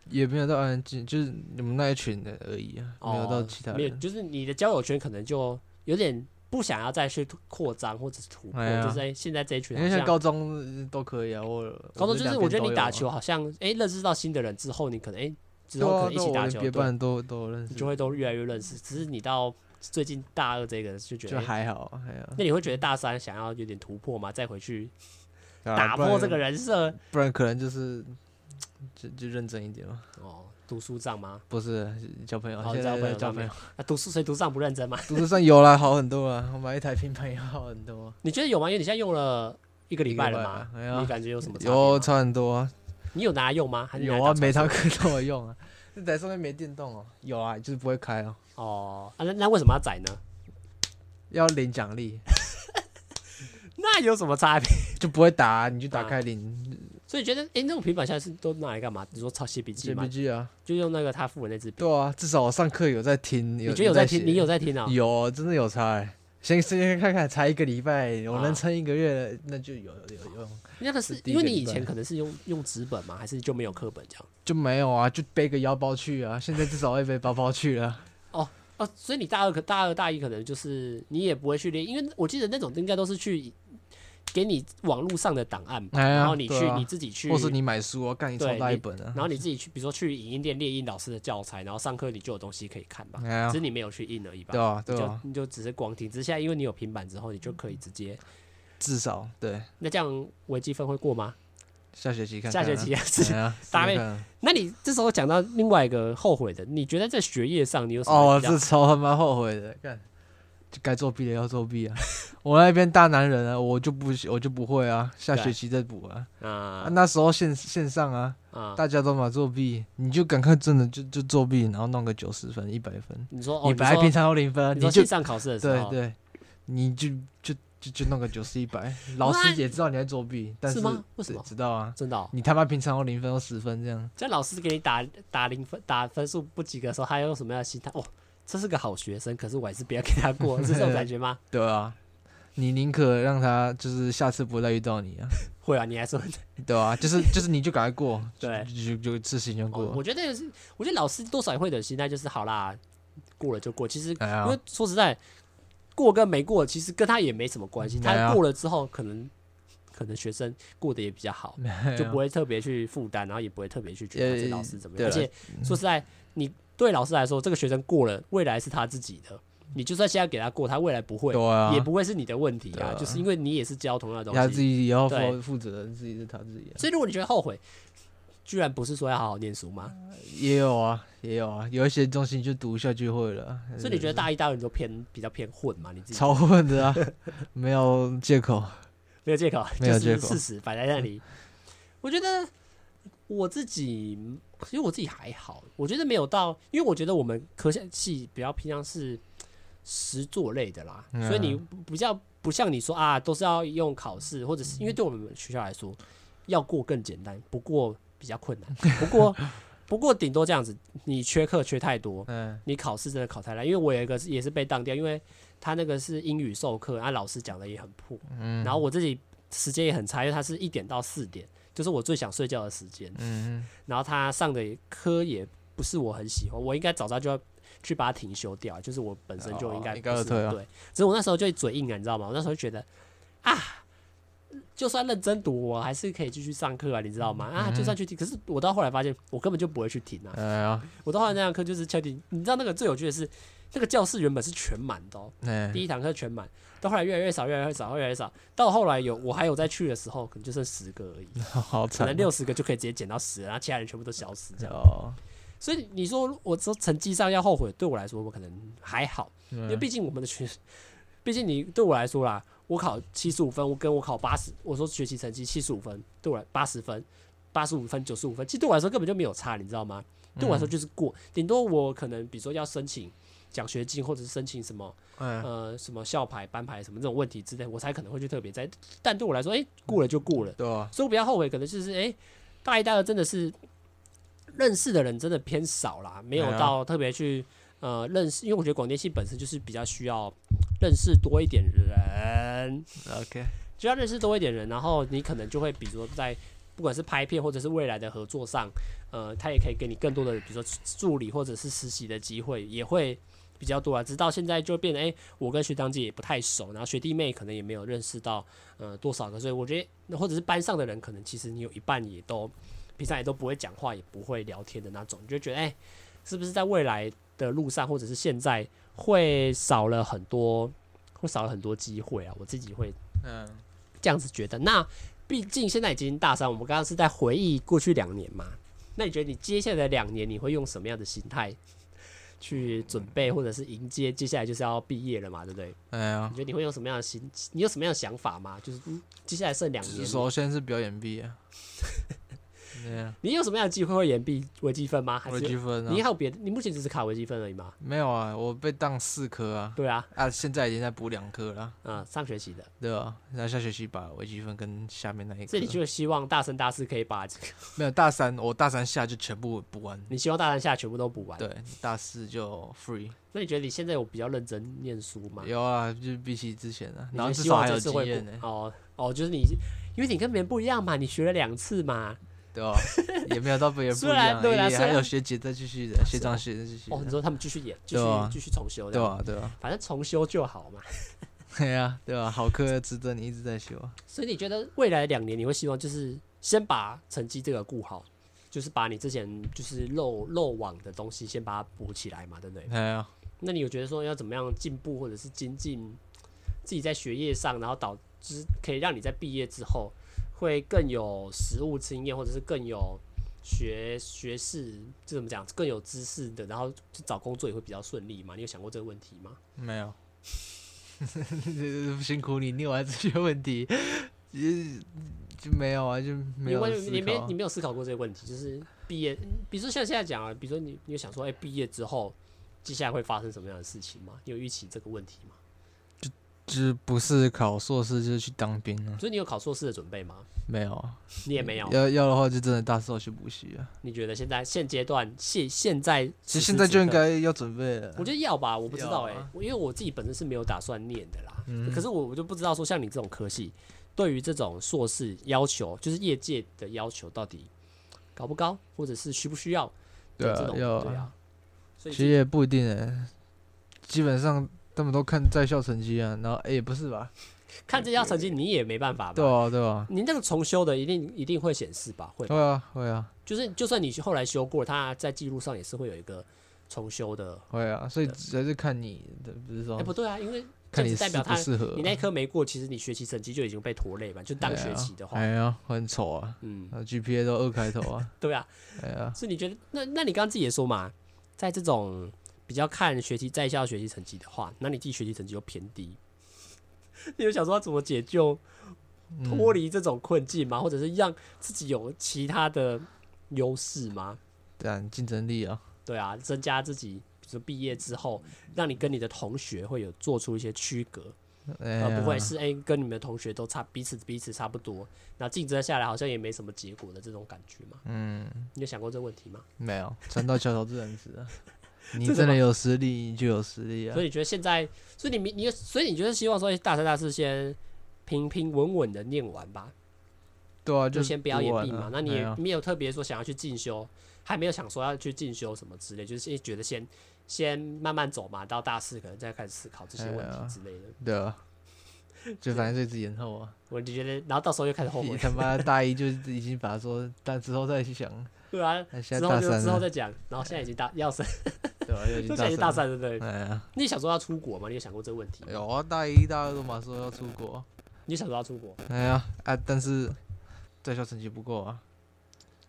S2: 也没有到安静，就是你们那一群人而已啊，没有到
S1: 哦
S2: 其他
S1: 没有，
S2: 人。
S1: 就是你的交友圈可能就有点不想要再去突扩张或者是突破，
S2: 哎呀
S1: 就是在现在这一群好
S2: 因为像
S1: 像。
S2: 高中呃都可以啊，我
S1: 高中就是我觉得你打，球
S2: 我
S1: 好像哎、认识到新的人之后，你可能哎、
S2: 是
S1: 之
S2: 两
S1: 后
S2: 边都有
S1: 可
S2: 啊
S1: 能一起打
S2: 啊对啊那我连
S1: 球，
S2: 别
S1: 对
S2: 班都都认识
S1: 你，就会都越来越认识。只是你到最近大二这个就觉得
S2: 就
S1: 诶，
S2: 还好啊，还好。
S1: 那你会觉得大三想要有点突破吗？再回去
S2: 对啊
S1: 打
S2: 不然
S1: 破这个人设
S2: 不然可能就是就就认真一点嘛，
S1: 哦，读书账吗？
S2: 不是啊交朋友，
S1: 哦
S2: 现
S1: 交
S2: 在
S1: 朋友
S2: 在交
S1: 上
S2: 朋
S1: 面
S2: 友，
S1: 啊，读书谁读账不认真吗？ (laughs)
S2: 读书上有啦，好很多啊，我买一台平板也好很多啊，
S1: 你觉得有吗？因为你现在用了一个礼拜了
S2: 一个礼拜了
S1: 嘛，
S2: 哎呀
S1: 你感觉有什么差别吗？
S2: 有差很多啊，
S1: 你有拿来用吗？还是你拿
S2: 有
S1: 来
S2: 啊
S1: 打，算
S2: 每堂课都有 (laughs) 用啊，那台上面没电动哦，有啊，就是不会开哦，
S1: 哦啊，那那为什么要载呢？
S2: 要领奖励
S1: 那有什么差别？
S2: (laughs) 就不会打啊，你就打
S1: 啊
S2: 开领
S1: (laughs) 所以觉得哎、诶那种平板现在是都拿来干嘛？你说抄写笔记吗？
S2: JPG 啊，
S1: 就用那个他付的那支笔。
S2: 对啊，至少我上课有在听，
S1: 你觉得有在听？你
S2: 写
S1: 有在听啊、
S2: 有，真的有差、欸。先先看看，才一个礼拜，我能撑一个月，那就有有有用。
S1: 那个是
S2: 是第一
S1: 因为
S2: 个
S1: 你
S2: 礼
S1: 以
S2: 拜
S1: 前可能是用用纸本吗？还是就没有课本这样？
S2: 就没有啊，就背个腰包去啊。现在至少会背包包去啊 (laughs) 了。
S1: 哦，所以你大二可大二大一可能就是你也不会去练，因为我记得那种应该都是去给你网络上的档案吧，
S2: 哎呀
S1: 然后你去、
S2: 对啊
S1: 你自己去，
S2: 或是你买书啊，干你超
S1: 对
S2: 大
S1: 你
S2: 一本啊
S1: 然。后你自己去，比如说去影音店列印老师的教材，然后上课你就有东西可以看吧，
S2: 哎呀
S1: 只是，你没有去印而已吧。
S2: 对啊，
S1: 你
S2: 对
S1: 就
S2: 啊，
S1: 你就只是光听，只是现在因为你有平板之后，你就可以直接。
S2: 嗯至少对
S1: 那这样微积分会过吗？
S2: 下学期看看
S1: 下
S2: 啊。
S1: 学期的事情。
S2: 哎呀，
S1: 大
S2: 试
S1: 卫
S2: 试看啊
S1: (laughs) 那你这时候讲到另外一个后悔的，你觉得在学业上你有什么
S2: 哦，
S1: 比较
S2: 这超他妈后悔的，干就该作弊的要作弊啊。 (laughs) 我那边大男人啊，我就不我就不会啊，下
S1: 对
S2: 学期再补啊。啊，
S1: 啊
S2: 那时候线线上啊，
S1: 啊？
S2: 大家都嘛作弊，你就赶快真的就就作弊，然后弄个九十分、一百分。
S1: 你说哦，
S2: 你
S1: 你
S2: 本来
S1: 说
S2: 平常都零分，
S1: 你
S2: 你
S1: 说
S2: 就
S1: 线上考试的时
S2: 对
S1: 候，
S2: 对，你就就就就弄个九十、一百，老师也知道你在作弊，但
S1: 是吗为什么
S2: 知道啊，
S1: 真的、哦，
S2: 你他妈平常都零分都十分这样，
S1: 在老师给你打打零分打分数不及格的时候，他用什么样的心态？哦，这是个好学生，可是我还是不要给他过，是这种感觉吗？ (laughs)
S2: 对啊，你宁可让他就是下次不会再遇到你啊，
S1: 会啊，你还是会。
S2: 对啊，就是就是你就赶快过，
S1: (laughs) 对
S2: 就就就事情就
S1: 哦
S2: 过，
S1: 我觉得是，我觉得老师多少也会有心态，就是好啦，过了就过。其实
S2: 哎
S1: 因为
S2: 呀，
S1: 说实在，过跟没过，其实跟他也没什么关系。
S2: 没有
S1: 他过了之后，可能可能学生过得也比较
S2: (laughs)
S1: 好，就
S2: 哎
S1: 不会特别去负担，然后也不会特别去觉得
S2: 啊
S1: 啊
S2: 呃
S1: 这老师怎么
S2: 对
S1: 样。而
S2: 了
S1: 且说实在，你对老师来说，这个学生过了，未来是他自己的。你就算现在给他过，他未来不会，
S2: 对啊
S1: 也不会是你的问题
S2: 对
S1: 啊
S2: 啊，
S1: 就是因为你也是教同样的
S2: 他
S1: 东
S2: 自
S1: 西。
S2: 己也要
S1: 对
S2: 负负责任，自己是他自己、啊。
S1: 所以如果你觉得后悔，居然不是说要好好念书吗？
S2: 也有啊，也有啊，有一些东西就读一下就会了啊。
S1: 所以你觉得大一、大二你都偏比较偏混嘛？你自己
S2: 超混的啊， (laughs) 没有
S1: (laughs)
S2: 借口。
S1: 没有借口，
S2: 没
S1: 就
S2: 有
S1: 是
S2: 借口
S1: 事实摆在那
S2: (laughs)
S1: 里。我觉得我自己，其实我自己还好，我觉得没有到，因为我觉得我们科学系比较偏向是实作类的啦，
S2: 嗯
S1: 所以你不像不像你说啊，都是要用考试，或者是因为对我们学校来说，要过更简单，不过比较困
S2: (laughs)
S1: 难，不过。不过顶多这样子，你缺课缺太多，
S2: 嗯，
S1: 你考试真的考太烂，因为我有一个是也是被当掉，因为他那个是英语授课，啊老师讲的也很破，
S2: 嗯
S1: 然后我自己时间也很差，因为他是一点到四点，就是我最想睡觉的时间，
S2: 嗯
S1: 然后他上的科也不是我很喜欢，我应该早知道就要去把它停休掉，就是我本身就应该
S2: 哦
S1: 不
S2: 应
S1: 是、
S2: 该要退啊
S1: 对，只是我那时候就嘴硬啊，你知道吗？我那时候就觉得啊。就算认真读，我还是可以继续上课啊，你知道吗？啊，就算
S2: 嗯
S1: 去听，可是我到后来发现，我根本就不会去听啊。
S2: 哎呀，
S1: 我到后来那堂课就是敲定，你知道那个最有趣的是，那个教室原本是全满的、哦，
S2: 哎
S1: 第一堂课全满，到后来越来越少，越来越少，越来越少，到后来有我还有再去的时候，可能就剩十个而已，
S2: 好
S1: 可
S2: 惨
S1: 能
S2: 哦。
S1: 六十个就可以直接减到十，然后其他人全部都消失这样。
S2: 哦，
S1: 所以你说我说成绩上要后悔，对我来说我可能还好，因为
S2: 嗯
S1: 毕竟我们的学，毕竟你对我来说啦，我考七十五分，我跟我考八十，我说学习成绩七十五分，对我来八十分，八十五分、九十五分，其实对我来说根本就没有差，你知道吗？对我
S2: 嗯
S1: 来说就是过，顶多我可能比如说要申请奖学金，或者是申请什么
S2: 哎，
S1: 呃什么校牌、班牌什么这种问题之类，我才可能会去特别在。但对我来说，哎、过了就过了，
S2: 对啊，
S1: 所以我比较后悔，可能就是哎、大一、大二真的是认识的人真的偏少啦，没有
S2: 哎呀
S1: 到特别去呃认识，因为我觉得广电系本身就是比较需要认识多一点人，
S2: OK，
S1: 就要认识多一点人，然后你可能就会，比如说在不管是拍片或者是未来的合作上，呃，他也可以给你更多的，比如说助理或者是实习的机会，也会比较多啊。直到现在就变得，哎、我跟学长姐也不太熟，然后学弟妹可能也没有认识到，呃，多少个，所以我觉得，或者是班上的人，可能其实你有一半也都平常也都不会讲话，也不会聊天的那种，你就觉得，哎、是不是在未来的路上，或者是现在会少了很多，会少了很多机会啊？我自己会
S2: 嗯，
S1: 这样子觉得。那毕竟现在已经大三，我们刚刚是在回忆过去两年嘛。那你觉得你接下来的两年，你会用什么样的心态去准备，或者是迎接接下来就是要毕业了嘛，对不对？
S2: 哎呀
S1: 你，觉得你会用什么样的心？你有什么样的想法吗？就是、嗯接下来剩两年，
S2: 首先是表演毕业。 (laughs) 对啊，
S1: 你有什么样的机会会延毕微积分吗？还
S2: 微
S1: 是
S2: 积分
S1: 你
S2: 啊，
S1: 还有别的？你目前只是卡微积分而已吗？
S2: 没有啊，我被当四科啊，
S1: 对啊，
S2: 啊，现在已经在补两科了，
S1: 嗯，上学期的，
S2: 对啊，然后下学期把微积分跟下面那一
S1: 所
S2: 科
S1: 以你，就希望大三、大四可以把这个，
S2: 没有大三，我大三下就全部补完，
S1: 你希望大三下全部都补完。
S2: 对，大四就 free。
S1: 那你觉得你现在有比较认真念书吗？
S2: 有啊，就是比起之前啊，然后
S1: 你
S2: 至
S1: 希
S2: 少
S1: 望
S2: 还
S1: 这
S2: 有
S1: 次
S2: 经
S1: 会
S2: 验
S1: 不
S2: 呢、
S1: 哦哦，就是你，因为你跟别人不一样嘛，你学了两次嘛。
S2: 对吧、 (laughs) 也没有到别人不
S1: 虽
S2: 一
S1: 然
S2: 样，
S1: 对啦
S2: 也
S1: 虽
S2: 还有
S1: 然
S2: 学姐在继续的，学长学在继续
S1: 哦，你
S2: 的，
S1: 说他们继续演，继续
S2: 啊对啊
S1: 继续重修
S2: 对
S1: 的，
S2: 吧、对吧、 (laughs)
S1: 反正重修就好嘛。
S2: 对啊，对吧、好课值得你一直在修啊。
S1: 所以你觉得未来两年你会希望就是先把成绩这个顾好，就是把你之前就是漏漏网的东西先把它补起来嘛，对不对？
S2: 哎呀，
S1: 那你有觉得说要怎么样进步或者是精进自己在学业上，然后导致可以让你在毕业之后会更有实务经验，或者是更有学学士这怎么讲更有知识的，然后就找工作也会比较顺利嘛？你有想过这个问题吗？
S2: 没有， (laughs) 辛苦你，你有这些问题， (laughs) 就就没有啊，就没
S1: 你
S2: 有
S1: 问
S2: 思
S1: 你没
S2: 考啊
S1: 你没有思考过这个问题，就是毕业，比如说像现在讲啊，比如说你你有想说，哎、毕业之后接下来会发生什么样的事情吗？你有预期这个问题吗？
S2: 就是不是考硕士就是去当兵啊，
S1: 所以你有考硕士的准备吗？
S2: 没有啊，
S1: 你也没有。
S2: 要要的话就真的大四要去补习啊。
S1: 你觉得现在现阶段现现在
S2: 其
S1: 此
S2: 实
S1: 时
S2: 现在
S1: 此
S2: 就应
S1: 刻
S2: 该要准备了。
S1: 我觉得要吧，我不知道哎、
S2: 要啊
S1: 我因为我自己本身是没有打算念的啦。
S2: 嗯
S1: 可是我我就不知道说像你这种科系，对于这种硕士要求，就是业界的要求到底高不高，或者是需不需要
S2: 对
S1: 的
S2: 啊
S1: 这种
S2: 要啊
S1: 对啊。所以
S2: 欸其实也不一定诶、基本上他们都看在校成绩啊，然后哎、也不是吧？
S1: 看这校成绩你也没办法吧？
S2: 对啊，对啊，
S1: 你那个重修的一定一定会显示吧？会吧，
S2: 会啊，会啊，
S1: 就是就算你后来修过，它在记录上也是会有一个重修的。
S2: 会啊，所以
S1: 对
S2: 还是看你的，不是
S1: 哎、
S2: 说
S1: 不对啊，因为这
S2: 看
S1: 样
S2: 你
S1: 子代
S2: 适
S1: 表
S2: 不
S1: 他
S2: 适合啊。
S1: 你那一科没过，其实你学习成绩就已经被拖累吧？就当
S2: 对
S1: 学
S2: 啊
S1: 期的话，
S2: 哎呀，很丑啊，
S1: 嗯，
S2: 啊 GPA 都二开头啊， (laughs)
S1: 对啊，
S2: 哎呀，
S1: 所以你觉得那那你刚刚自己也说嘛，在这种比较看学习在校学习成绩的话，那你自己学习成绩又偏低， (laughs) 你有想说要怎么解救
S2: 嗯
S1: 脱离这种困境吗？或者是让自己有其他的优势吗？
S2: 对啊，竞争力啊，
S1: 对啊，增加自己，比如说毕业之后，让你跟你的同学会有做出一些区隔，
S2: 哎
S1: 而
S2: 呀，
S1: 不会是哎、跟你们的同学都差彼此彼此差不多，那竞争下来好像也没什么结果的这种感觉嘛。
S2: 嗯，
S1: 你有想过这个问题吗？
S2: 没有，船到桥头自然
S1: (laughs)
S2: 直啊。你
S1: 这
S2: 真
S1: 什么
S2: 的有实力，你就有实力啊
S1: 所。以你觉得现在，所以你明你所以你就是希望说大三大四先平平稳稳的念完吧，
S2: 对啊，
S1: 就先不要
S2: 读
S1: 延
S2: 完
S1: 毕
S2: 啊
S1: 嘛。那你
S2: 哎
S1: 也
S2: 呀
S1: 没有特别说想要去进修，还没有想说要去进修什么之类，就是觉得先先慢慢走嘛，到大四可能再开始思考这些问
S2: 哎
S1: 题
S2: 呀
S1: 之类的。(laughs)
S2: 对啊，就反正就一直延后啊。
S1: 我就觉得，然后到时候又开始后
S2: 你
S1: 悔，
S2: 他妈大一就已经把说，但之后再去想，
S1: 对啊，
S2: 那现
S1: 之
S2: 在
S1: 后
S2: 大
S1: 就
S2: 三
S1: 之后
S2: 了，
S1: 再讲，然后现在已经大要升，
S2: 对吧？又已
S1: (laughs) 就
S2: 经
S1: 现在已经大
S2: 大了。
S1: 三了，对不对。
S2: 哎呀，
S1: 那你想说要出国吗？你有想过这个问题吗？
S2: 有啊，大一、大二都嘛说要出国，啊
S1: 你想说要出国？
S2: 哎呀啊，但是在校成绩不够啊，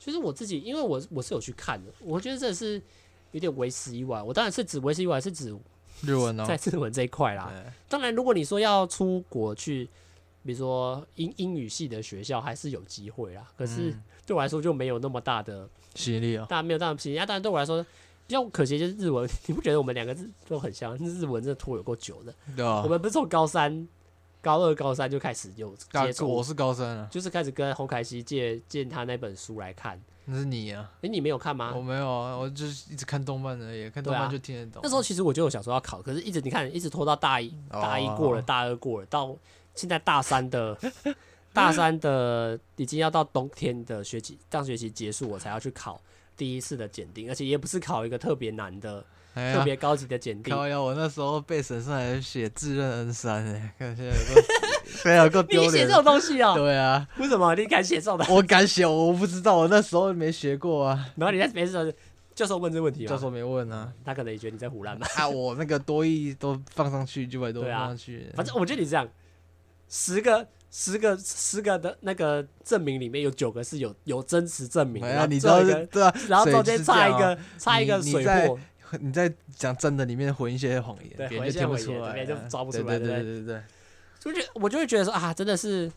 S1: 其实我自己，因为我我是有去看的，我觉得这是有点为时已晚。我当然是指为时已晚，是指
S2: 日文哦，
S1: 在日文这一块啦。
S2: 哎
S1: 当然，如果你说要出国去，比如说英英语系的学校，还是有机会啦。可是
S2: 嗯
S1: 对我来说就没有那么大的
S2: 吸引力啊，
S1: 大没有大的吸引力。啊当然对我来说比较可惜就是日文，你不觉得我们两个日都很像？日文真的拖有够久的。
S2: 对啊
S1: 我，们不是从高三、高二、高三就开始有
S2: 大
S1: 接触，
S2: 我是高三啊，
S1: 就是开始跟洪凯西借借他那本书来看。
S2: 那是你啊，
S1: 诶，你没有看吗？
S2: 我没有啊，我就是一直看动漫而已，看
S1: 对
S2: 动
S1: 啊
S2: 漫就听得懂。
S1: 那时候其实我就有想说要考，可是一直你看，一直拖到大一，
S2: 哦
S1: 大一过了，大二过了，到现在大三的 (laughs) 大三的已经要到冬天的学期，上学期结束我才要去考第一次的检定，而且也不是考一个特别难的、
S2: 哎呀
S1: 特别高级的检定。
S2: 高腰，我那时候被审上来写自认 N 三哎， (laughs) 看现在有
S1: (laughs)
S2: 够，现在有够
S1: 你
S2: 丢
S1: 写
S2: 脸
S1: 这。种东西啊、
S2: 对啊，
S1: 为什么你敢写这种的？
S2: 我敢写，我不知道，我那时候没学过啊，
S1: 然后你在别人教授问这问题
S2: 教
S1: 吗？
S2: 授没问啊。
S1: 他可能也觉得你在胡乱吧。
S2: 啊，我那个多亿都放上去，九百多
S1: 对啊
S2: 放上去，
S1: 反正我觉得你这样，十个。十个十个的那个证明里面有九个是有有真实证明的，
S2: 哎
S1: 然
S2: 呀，
S1: 后
S2: 你知
S1: 最后
S2: 道
S1: 一个
S2: 是对啊，
S1: 然后
S2: 水
S1: 中间
S2: 是这
S1: 差一
S2: 样
S1: 个
S2: 啊
S1: 差一个
S2: 你
S1: 水
S2: 你在
S1: 货，
S2: 你在讲真的里面混一些谎言，
S1: 对
S2: 别
S1: 混
S2: 人
S1: 一
S2: 就
S1: 些
S2: 听不
S1: 谎
S2: 出
S1: 言
S2: 来啊，
S1: 别人就抓不出来
S2: 对对
S1: 对
S2: 对对对，
S1: 就觉得我就会觉得说啊，真的是，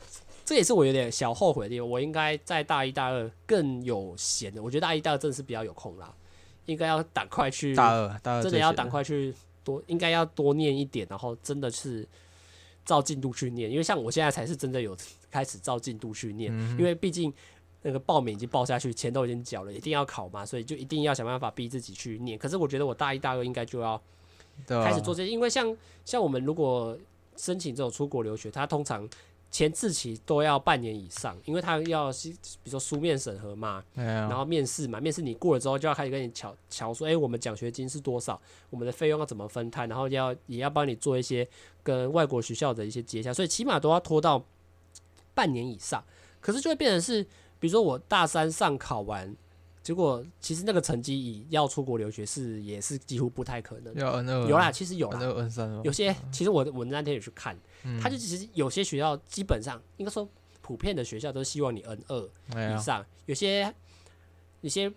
S1: 这也是我有点小后悔的地方。我应该在大一、大二更有闲的，我觉得大一、大二真的是比较有空啦，应该要赶快去，
S2: 对大二大二
S1: 真
S2: 最
S1: 的要
S2: 闲
S1: 赶快去多，应该要多念一点，然后真的是照进度去念。因为像我现在才是真的有开始照进度去念，
S2: 嗯
S1: 因为毕竟。那个报名已经报下去，钱都已经缴了，一定要考嘛，所以就一定要想办法逼自己去念。可是我觉得我大一、大二应该就要
S2: 对啊
S1: 开始做这些，因为像像我们如果申请这种出国留学，它通常前置期都要半年以上，因为它要是比如说书面审核嘛，
S2: 哎呀
S1: 然后面试嘛，面试你过了之后就要开始跟你瞧瞧说，哎、我们奖学金是多少，我们的费用要怎么分摊，然后要也要帮你做一些跟外国学校的一些接洽，所以起码都要拖到半年以上。可是就会变成是，比如说我大三上考完，结果其实那个成绩以要出国留学是也是几乎不太可能的。
S2: 要 N 二
S1: 有啦，其实有啦
S2: ，N，二 N 三吗？
S1: 有些其实我我那天也去看，
S2: 嗯
S1: 他就其实有些学校基本上应该说普遍的学校都希望你 N 二
S2: 哎呀
S1: 以上，有些有些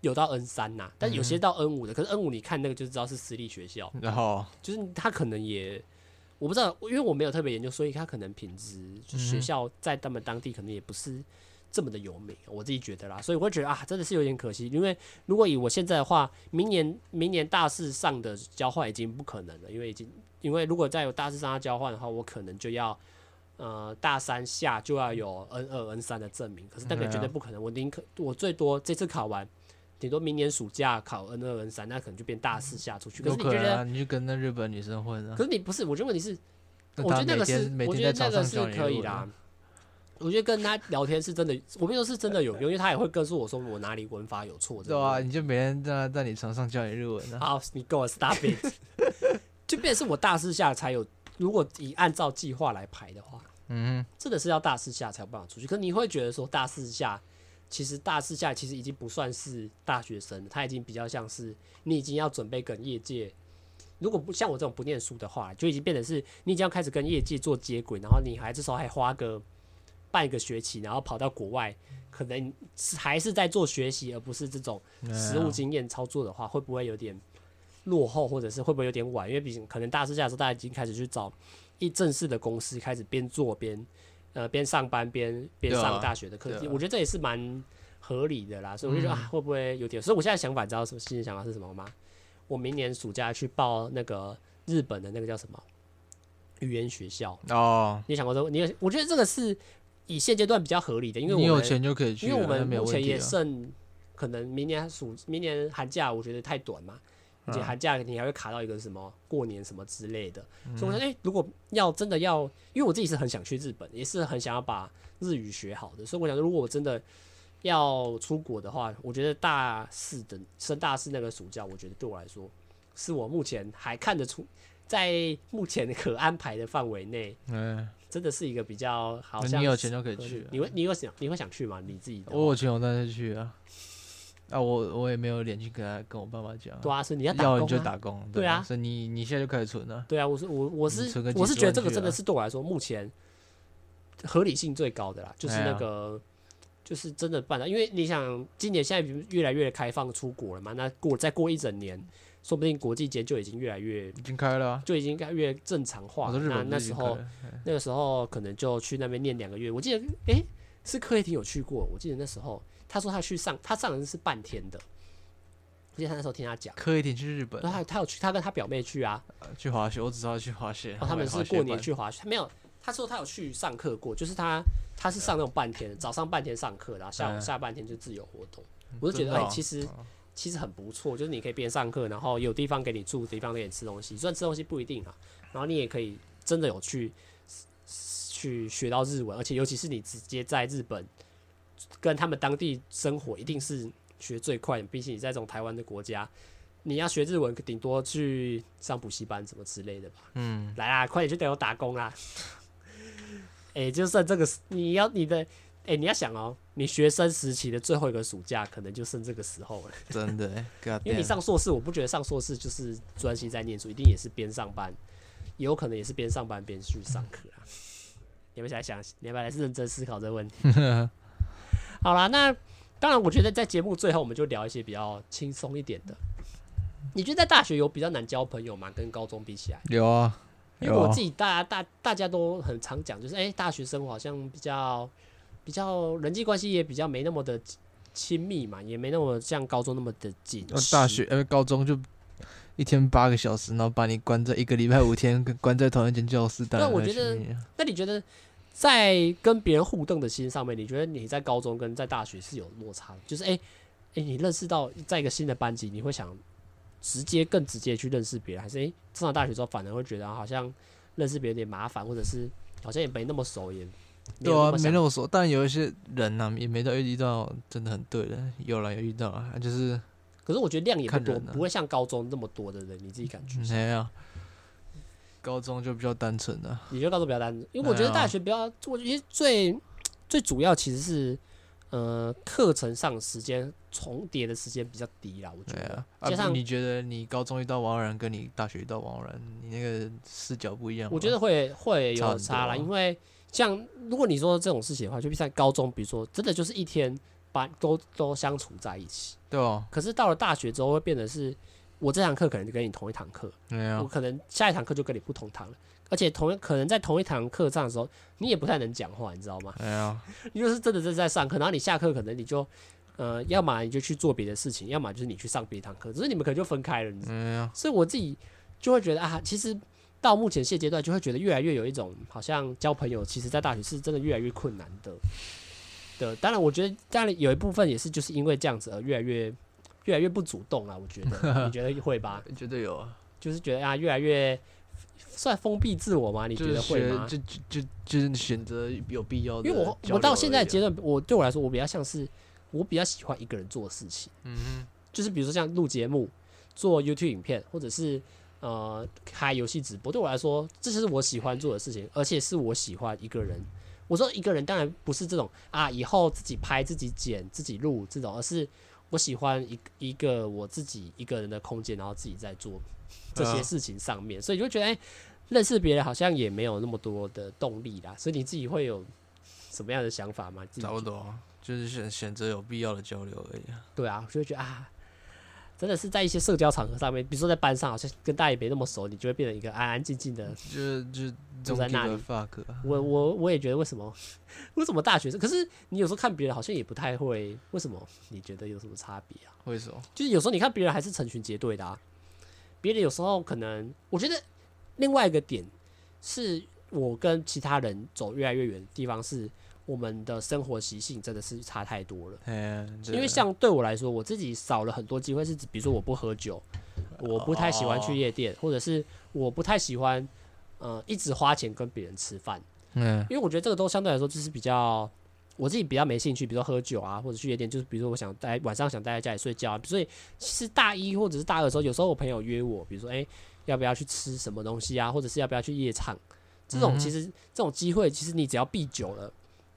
S1: 有到 N 三呐，但有些到 N 五的，可是 N 五你看那个就知道是私立学校，
S2: 然后
S1: 就是他可能也我不知道，因为我没有特别研究，所以他可能品质就学校在他们当地可能也不是这么的有名，我自己觉得啦，所以我会觉得啊，真的是有点可惜，因为如果以我现在的话，明年明年大四上的交换已经不可能了，因为已经因为如果再有大四上的交换的话，我可能就要。呃，大三下就要有 N 二、N 三的证明，可是那个
S2: 嗯
S1: 绝对不可能。我宁可我最多这次考完，顶多明年暑假考 N 二、N 三，那可能就变大四下出去。可
S2: 有
S1: 是你
S2: 可
S1: 觉
S2: 能
S1: 得
S2: 啊，你就跟那日本女生混啊
S1: 可。是你不是，我觉得问题是，
S2: 那
S1: 我
S2: 他
S1: 觉得那
S2: 每
S1: 个
S2: 天
S1: 是，
S2: 每
S1: 我
S2: 天
S1: 觉
S2: 在
S1: 得那
S2: 早
S1: 个
S2: 上
S1: 是
S2: 教你
S1: 可以
S2: 日文啊
S1: 啦。我觉得跟他聊天是真的，我没有是真的有用，因为他也会跟说我说我哪里文法有错。
S2: 对啊，，你就每天在在你床上教你日文啊。 (laughs)
S1: 好，你跟我 stop it。就就变成是我大四下才有，如果以按照计划来排的话，
S2: 嗯哼，
S1: 真的是要大四下才有办法出去。可你会觉得说大四下，其实大四下其实已经不算是大学生了，他已经比较像是你已经要准备跟业界。如果不像我这种不念书的话，就已经变成是你已经要开始跟业界做接轨，然后你还这时候还花个半个学期，然后跑到国外，可能是还是在做学习，而不是这种
S2: 啊
S1: 实务经验操作的话，会不会有点落后，或者是会不会有点晚？因为毕竟可能大四下的时候，大家已经开始去找一正式的公司，开始边做边呃边上班边边
S2: 对啊
S1: 上大学的课
S2: 对啊，
S1: 我
S2: 嗯
S1: 觉得这也是蛮合理的啦。所以我就觉得、啊，会不会有点？所以我现在想法，你知道什么心里想法是什么吗？我明年暑假去报那个日本的那个叫什么语言学校。
S2: 哦，
S1: 你想过这个？你有我觉得这个是以现阶段比较合理的，因为我
S2: 你有
S1: 们
S2: 钱就可以去
S1: 因
S2: 了，
S1: 为我
S2: 那
S1: 们
S2: 没有
S1: 目
S2: 问
S1: 前
S2: 题
S1: 也
S2: 啊。
S1: 剩可能明年暑明年寒假，我觉得太短嘛，而
S2: 嗯
S1: 且寒假你还会卡到一个什么过年什么之类的，所以
S2: 嗯
S1: 我说，哎、如果要真的要，因为我自己是很想去日本，也是很想要把日语学好的，所以我想，如果我真的要出国的话，我觉得大四的升大四那个暑假，我觉得对我来说，是我目前还看得出。在目前可安排的范围内，
S2: 嗯，
S1: 真的是一个比较好
S2: 那
S1: 像
S2: 你有
S1: 是
S2: 钱就可以
S1: 合理
S2: 去啊
S1: 你会你会想你会想去吗？你自己的话
S2: 我有钱我当然是去啊。啊，我我也没有脸去跟他跟我爸妈讲啊，
S1: 对啊，是你要打工、
S2: 要
S1: 啊、
S2: 你就打工，
S1: 对啊
S2: 所以你你现在就开始存了。
S1: 对啊，我是我我
S2: 你
S1: 是
S2: 存个几
S1: 我是
S2: 十
S1: 觉得
S2: 万
S1: 这个
S2: 去
S1: 真的
S2: 啊
S1: 是对我来说目前合理性最高的啦，就是
S2: 哎
S1: 那
S2: 呀
S1: 个、就是真的办了，因为你想今年现在越来越开放出国了嘛，那过再过一整年，说不定国际间就已经越来越
S2: 已经开了啊，
S1: 就已经越来越正常化
S2: 我
S1: 了。
S2: 说日
S1: 那
S2: 本
S1: 那
S2: 哦不是已
S1: 时
S2: 经开
S1: 候
S2: 了
S1: 那个时候可能就去那边念两个月，我记得诶、是柯叶婷有去过，我记得那时候他说他去上他上的是半天的，我记得他那时候听他讲，
S2: 刻一点去日本
S1: 然后他他有去他跟他表妹去啊，
S2: 呃去滑雪，我只知道去滑雪。
S1: 哦，他
S2: 买
S1: 们
S2: 滑
S1: 是
S2: 雪
S1: 过年
S2: 板
S1: 去滑雪，他没有，他说他有去上课过，就是他他是上那种半天，早上半天上课，然后下午
S2: 嗯
S1: 下半天就自由活动。我就觉
S2: 真
S1: 得，
S2: 的
S1: 哎、
S2: 哦
S1: 其实其实很不错，就是你可以边上课，然后有地方给你住，地方给你吃东西，虽然吃东西不一定啊，然后你也可以真的有去去学到日文，而且尤其是你直接在日本跟他们当地生活，一定是学最快的。毕竟你在这种台湾的国家，你要学日文，顶多去上补习班什么之类的吧。
S2: 嗯，
S1: 来啦，快点去给我打工啦！ (laughs) 哎、就剩这个时，你要你的，哎、你要想哦，你学生时期的最后一个暑假，可能就剩这个时候了。
S2: 真的欸，God
S1: (laughs) 因为你
S2: damn
S1: 上硕士，我不觉得上硕士就是专心在念书，一定也是边上班，也有可能也是边上班边去上课啊。你们想想，你要不要来认真思考这个问题？好啦，那当然，我觉得在节目最后，我们就聊一些比较轻松一点的。你觉得在大学有比较难交朋友吗？跟高中比起来？
S2: 有啊，
S1: 因为
S2: 有
S1: 我
S2: 啊
S1: 自己大大大家都很常讲，就是哎、诶大学生活好像比较比较人际关系也比较没那么的亲密嘛，也没那么像高中那么的紧
S2: 呃
S1: 实。
S2: 大学呃高中就一天八个小时，然后把你关在一个礼拜五天，跟关在同一间教室。
S1: 对
S2: 当然
S1: 我
S2: 会
S1: 觉得
S2: 去你啊
S1: 那你觉得在跟别人互动的心上面，你觉得你在高中跟在大学是有落差的？就是哎哎、诶你认识到在一个新的班级，你会想直接更直接去认识别人，还是哎、诶上了大学之后反而会觉得好像认识别人有点麻烦，或者是好像也没那么熟，也没
S2: 对
S1: 有
S2: 啊
S1: 那，么
S2: 没
S1: 想
S2: 那么说，但有一些人呢、也没到遇到真的很对的，有了有遇到啊，就是
S1: 可是我觉得量也不
S2: 看
S1: 多，
S2: 人啊嗯
S1: 不会像高中那么多的人，你自己感觉？
S2: 没有。高中就比较单纯的、
S1: 你觉得高中比较单纯？因为我觉
S2: 没
S1: 得
S2: 有
S1: 大学比较，我觉得最最主要其实是，呃，课程上时间重叠的时间比较低啦，我觉
S2: 对
S1: 得。
S2: 啊。
S1: 加
S2: 啊不
S1: 上
S2: 你觉得你高中遇到王傲然，跟你大学遇到王傲然，你那个视角不一样吗？
S1: 我觉得会会
S2: 差
S1: 有
S2: 很
S1: 差
S2: 多
S1: 啦，
S2: 啊
S1: 因为像如果你说这种事情的话，就像高中，比如说真的就是一天把都都相处在一起，
S2: 对哦，
S1: 可是到了大学之后会变得是，我这堂课可能就跟你同一堂课，
S2: 没有
S1: 我可能下一堂课就跟你不同堂了，而且同可能在同一堂课上的时候，你也不太能讲话，你知道吗？
S2: 没有，
S1: 你就是真的是在上课，然后你下课可能你就，呃，要么你就去做别的事情，要么就是你去上别堂课，只是你们可能就分开了。你知道
S2: 没有，
S1: 所以我自己就会觉得啊，其实到目前现阶段就会觉得越来越有一种好像交朋友，其实在大学是真的越来越困难的。的，当然我觉得当然有一部分也是就是因为这样子而越来越越来越不主动啊了。我觉得你觉得会吧？
S2: 绝对有啊。
S1: 就是觉得啊，越来越算封闭自我吗？你
S2: 就
S1: 觉
S2: 是
S1: 得会
S2: 学
S1: 吗？
S2: 就就就就是选择有必要的
S1: 因为
S2: 交流而已
S1: 我
S2: 啊。
S1: 我到现在阶段，我对我来说，我比较像是我比较喜欢一个人做事情，
S2: 嗯哼，
S1: 就是比如说像录节目、做 YouTube 影片，或者是呃开游戏直播，对我来说，这是我喜欢做的事情，而且是我喜欢一个人。我说一个人当然不是这种啊，以后自己拍、自己剪、自己录这种，而是我喜欢一一个我自己一个人的空间，然后自己在做这些
S2: 嗯
S1: 事情上面，所以就觉得哎、认识别人好像也没有那么多的动力啦。所以你自己会有什么样的想法吗？自己
S2: 差不多啊，就是选选择有必要的交流而已啊。
S1: 对啊，我就会觉得啊，真的是在一些社交场合上面，比如说在班上，好像跟大家也没那么熟，你就会变成一个安安静静的。
S2: 就就
S1: 就
S2: don't
S1: 在那
S2: give
S1: 里
S2: a fuck 啊。
S1: 我我我也觉得为什么 (laughs) 为什么大学生，可是你有时候看别人好像也不太会，为什么你觉得有什么差别啊？
S2: 为什么？
S1: 就是有时候你看别人还是成群结队的啊，别人有时候可能我觉得另外一个点是我跟其他人走越来越远的地方是。我们的生活习性真的是差太多了，
S2: 哎呀，
S1: 因为像对我来说，我自己少了很多机会，是指比如说我不喝酒，我不太喜欢
S2: 哦
S1: 去夜店，或者是我不太喜欢呃一直花钱跟别人吃饭，
S2: 嗯
S1: 因为我觉得这个都相对来说就是比较我自己比较没兴趣，比如说喝酒啊，或者去夜店，就是比如说我想待晚上想待在家里睡觉、啊，所以其实大一或者是大二的时候，有时候我朋友约我，比如说哎、要不要去吃什么东西啊，或者是要不要去夜场，这
S2: 嗯
S1: 种其实、这种机会，其实你只要避酒了，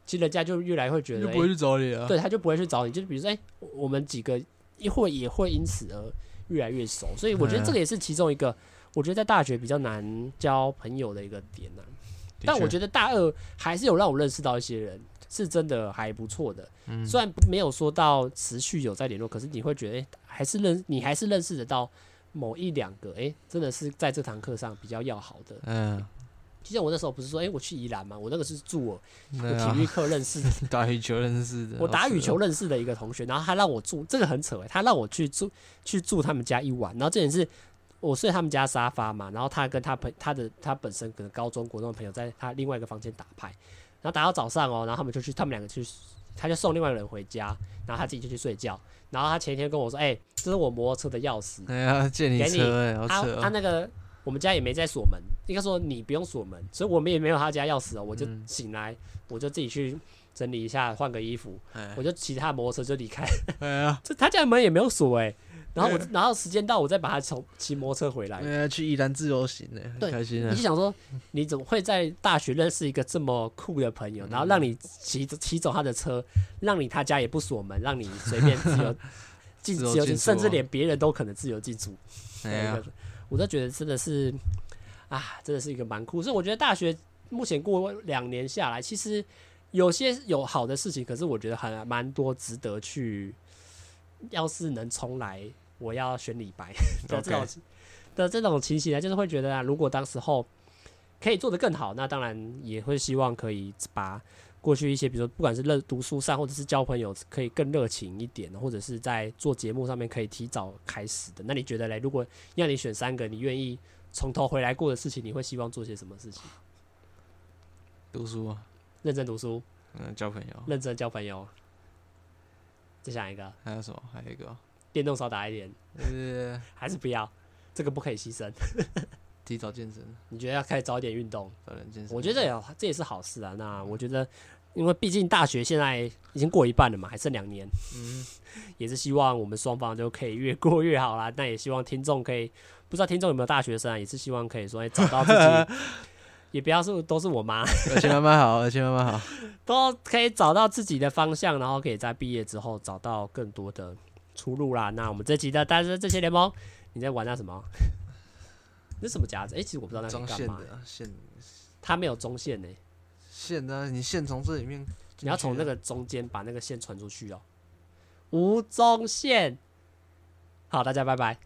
S1: 其实人家就越来越会觉
S2: 就
S1: 得、哎
S2: 不会去找你啊。
S1: 对，他就不会去找你。就是比如说，哎、我我们几个也会也会因此而越来越熟，所以我觉得这
S2: 嗯
S1: 个也是其中一个，我觉得在大学比较难交朋友的一个点呢、
S2: 的
S1: 但我
S2: 确
S1: 觉得大二还是有让我认识到一些人，是真的还不错的。
S2: 嗯
S1: 虽然没有说到持续有在联络，可是你会觉得，哎、还是认你还是认识得到某一两个，哎、真的是在这堂课上比较要好的。
S2: 嗯，
S1: 就像我那时候不是说，哎、我去宜兰嘛，我那个是住我我
S2: 对啊
S1: 体育课认识的
S2: 打羽球认识的，
S1: 我打羽球
S2: 好扯哦啊
S1: 认识的一个同学，然后他让我住，这个很扯诶，欸他让我去住去住他们家一晚，然后这点是我睡他们家沙发嘛，然后他跟他朋他的他本身可能高中国中的朋友在他另外一个房间打牌，然后打到早上哦，然后他们就去他们两个去，他就送另外一个人回家，然后他自己就去睡觉，然后他前一天跟我说，哎、这是我摩托车的钥匙
S2: 哦。，哎呀，借你
S1: 给你
S2: 车哎，好
S1: 他
S2: 扯
S1: 他
S2: 哦。
S1: 啊那个我们家也没在锁门，应该说你不用锁门，所以我们也没有他家钥匙哦。我就
S2: 嗯
S1: 醒来，我就自己去整理一下，换个衣服，
S2: 哎
S1: 我就骑他的摩托车就离开。
S2: 哎呀，
S1: (laughs) 这他家门也没有锁哎、然后我然后时间到，我再把他从骑摩托车回来
S2: 哎。呀，去宜兰自由行呢，很
S1: 对
S2: 开心
S1: 你
S2: 啊
S1: 就。想说，你怎么会在大学认识一个这么酷的朋友，然后让
S2: 嗯
S1: 你骑骑走他的车，让你他家也不锁门，让你随便自由 (laughs) 进
S2: 自由
S1: 自由
S2: 进
S1: 进，
S2: 出
S1: 甚至
S2: 啊
S1: 连别人都可能自由进出。
S2: 哎
S1: 对
S2: 呀，
S1: 我都觉得真的是啊，真的是一个蛮酷。所以我觉得大学目前过两年下来，其实有些有好的事情，可是我觉得还蛮多值得去。要是能重来，我要选李白的这种
S2: OK
S1: 的这种情形呢，就是会觉得啊，如果当时候可以做得更好，那当然也会希望可以把过去一些，比如说不管是热读书上，或者是交朋友，可以更热情一点，或者是在做节目上面可以提早开始的。那你觉得嘞？如果要你选三个，你愿意从头回来过的事情，你会希望做些什么事情？
S2: 读书啊，
S1: 认真读书，
S2: 嗯，交朋友，
S1: 认真交朋友。再想一个，
S2: 还有什么？还有一个哦，
S1: 电动少打一点，
S2: 呃，
S1: 还是不要？这个不可以牺牲。
S2: 提早健身，
S1: 你觉得要开始早点运动？
S2: 早点健身。
S1: 我觉得有，这也是好事啊。那我觉得，因为毕竟大学现在已经过一半了嘛，还剩两年，
S2: 嗯，
S1: 也是希望我们双方都可以越过越好啦。那也希望听众可以，不知道听众有没有大学生啊，也是希望可以说、哎找到自己，也不要是都是我妈，
S2: 而且慢慢好，而且慢慢好。
S1: 都可以找到自己的方向，然后可以在毕业之后找到更多的出路啦。那我们这集的《但是这些联盟》，你在玩那什么？ (laughs) 那什么夹子？哎、其实我不知道那
S2: 装
S1: 是
S2: 线
S1: 干嘛。
S2: 的啊线
S1: 它没有中线呢、
S2: 线的，你线从这里面进去啊，
S1: 你要从那个中间把那个线传出去哦。无中线。好，大家拜拜。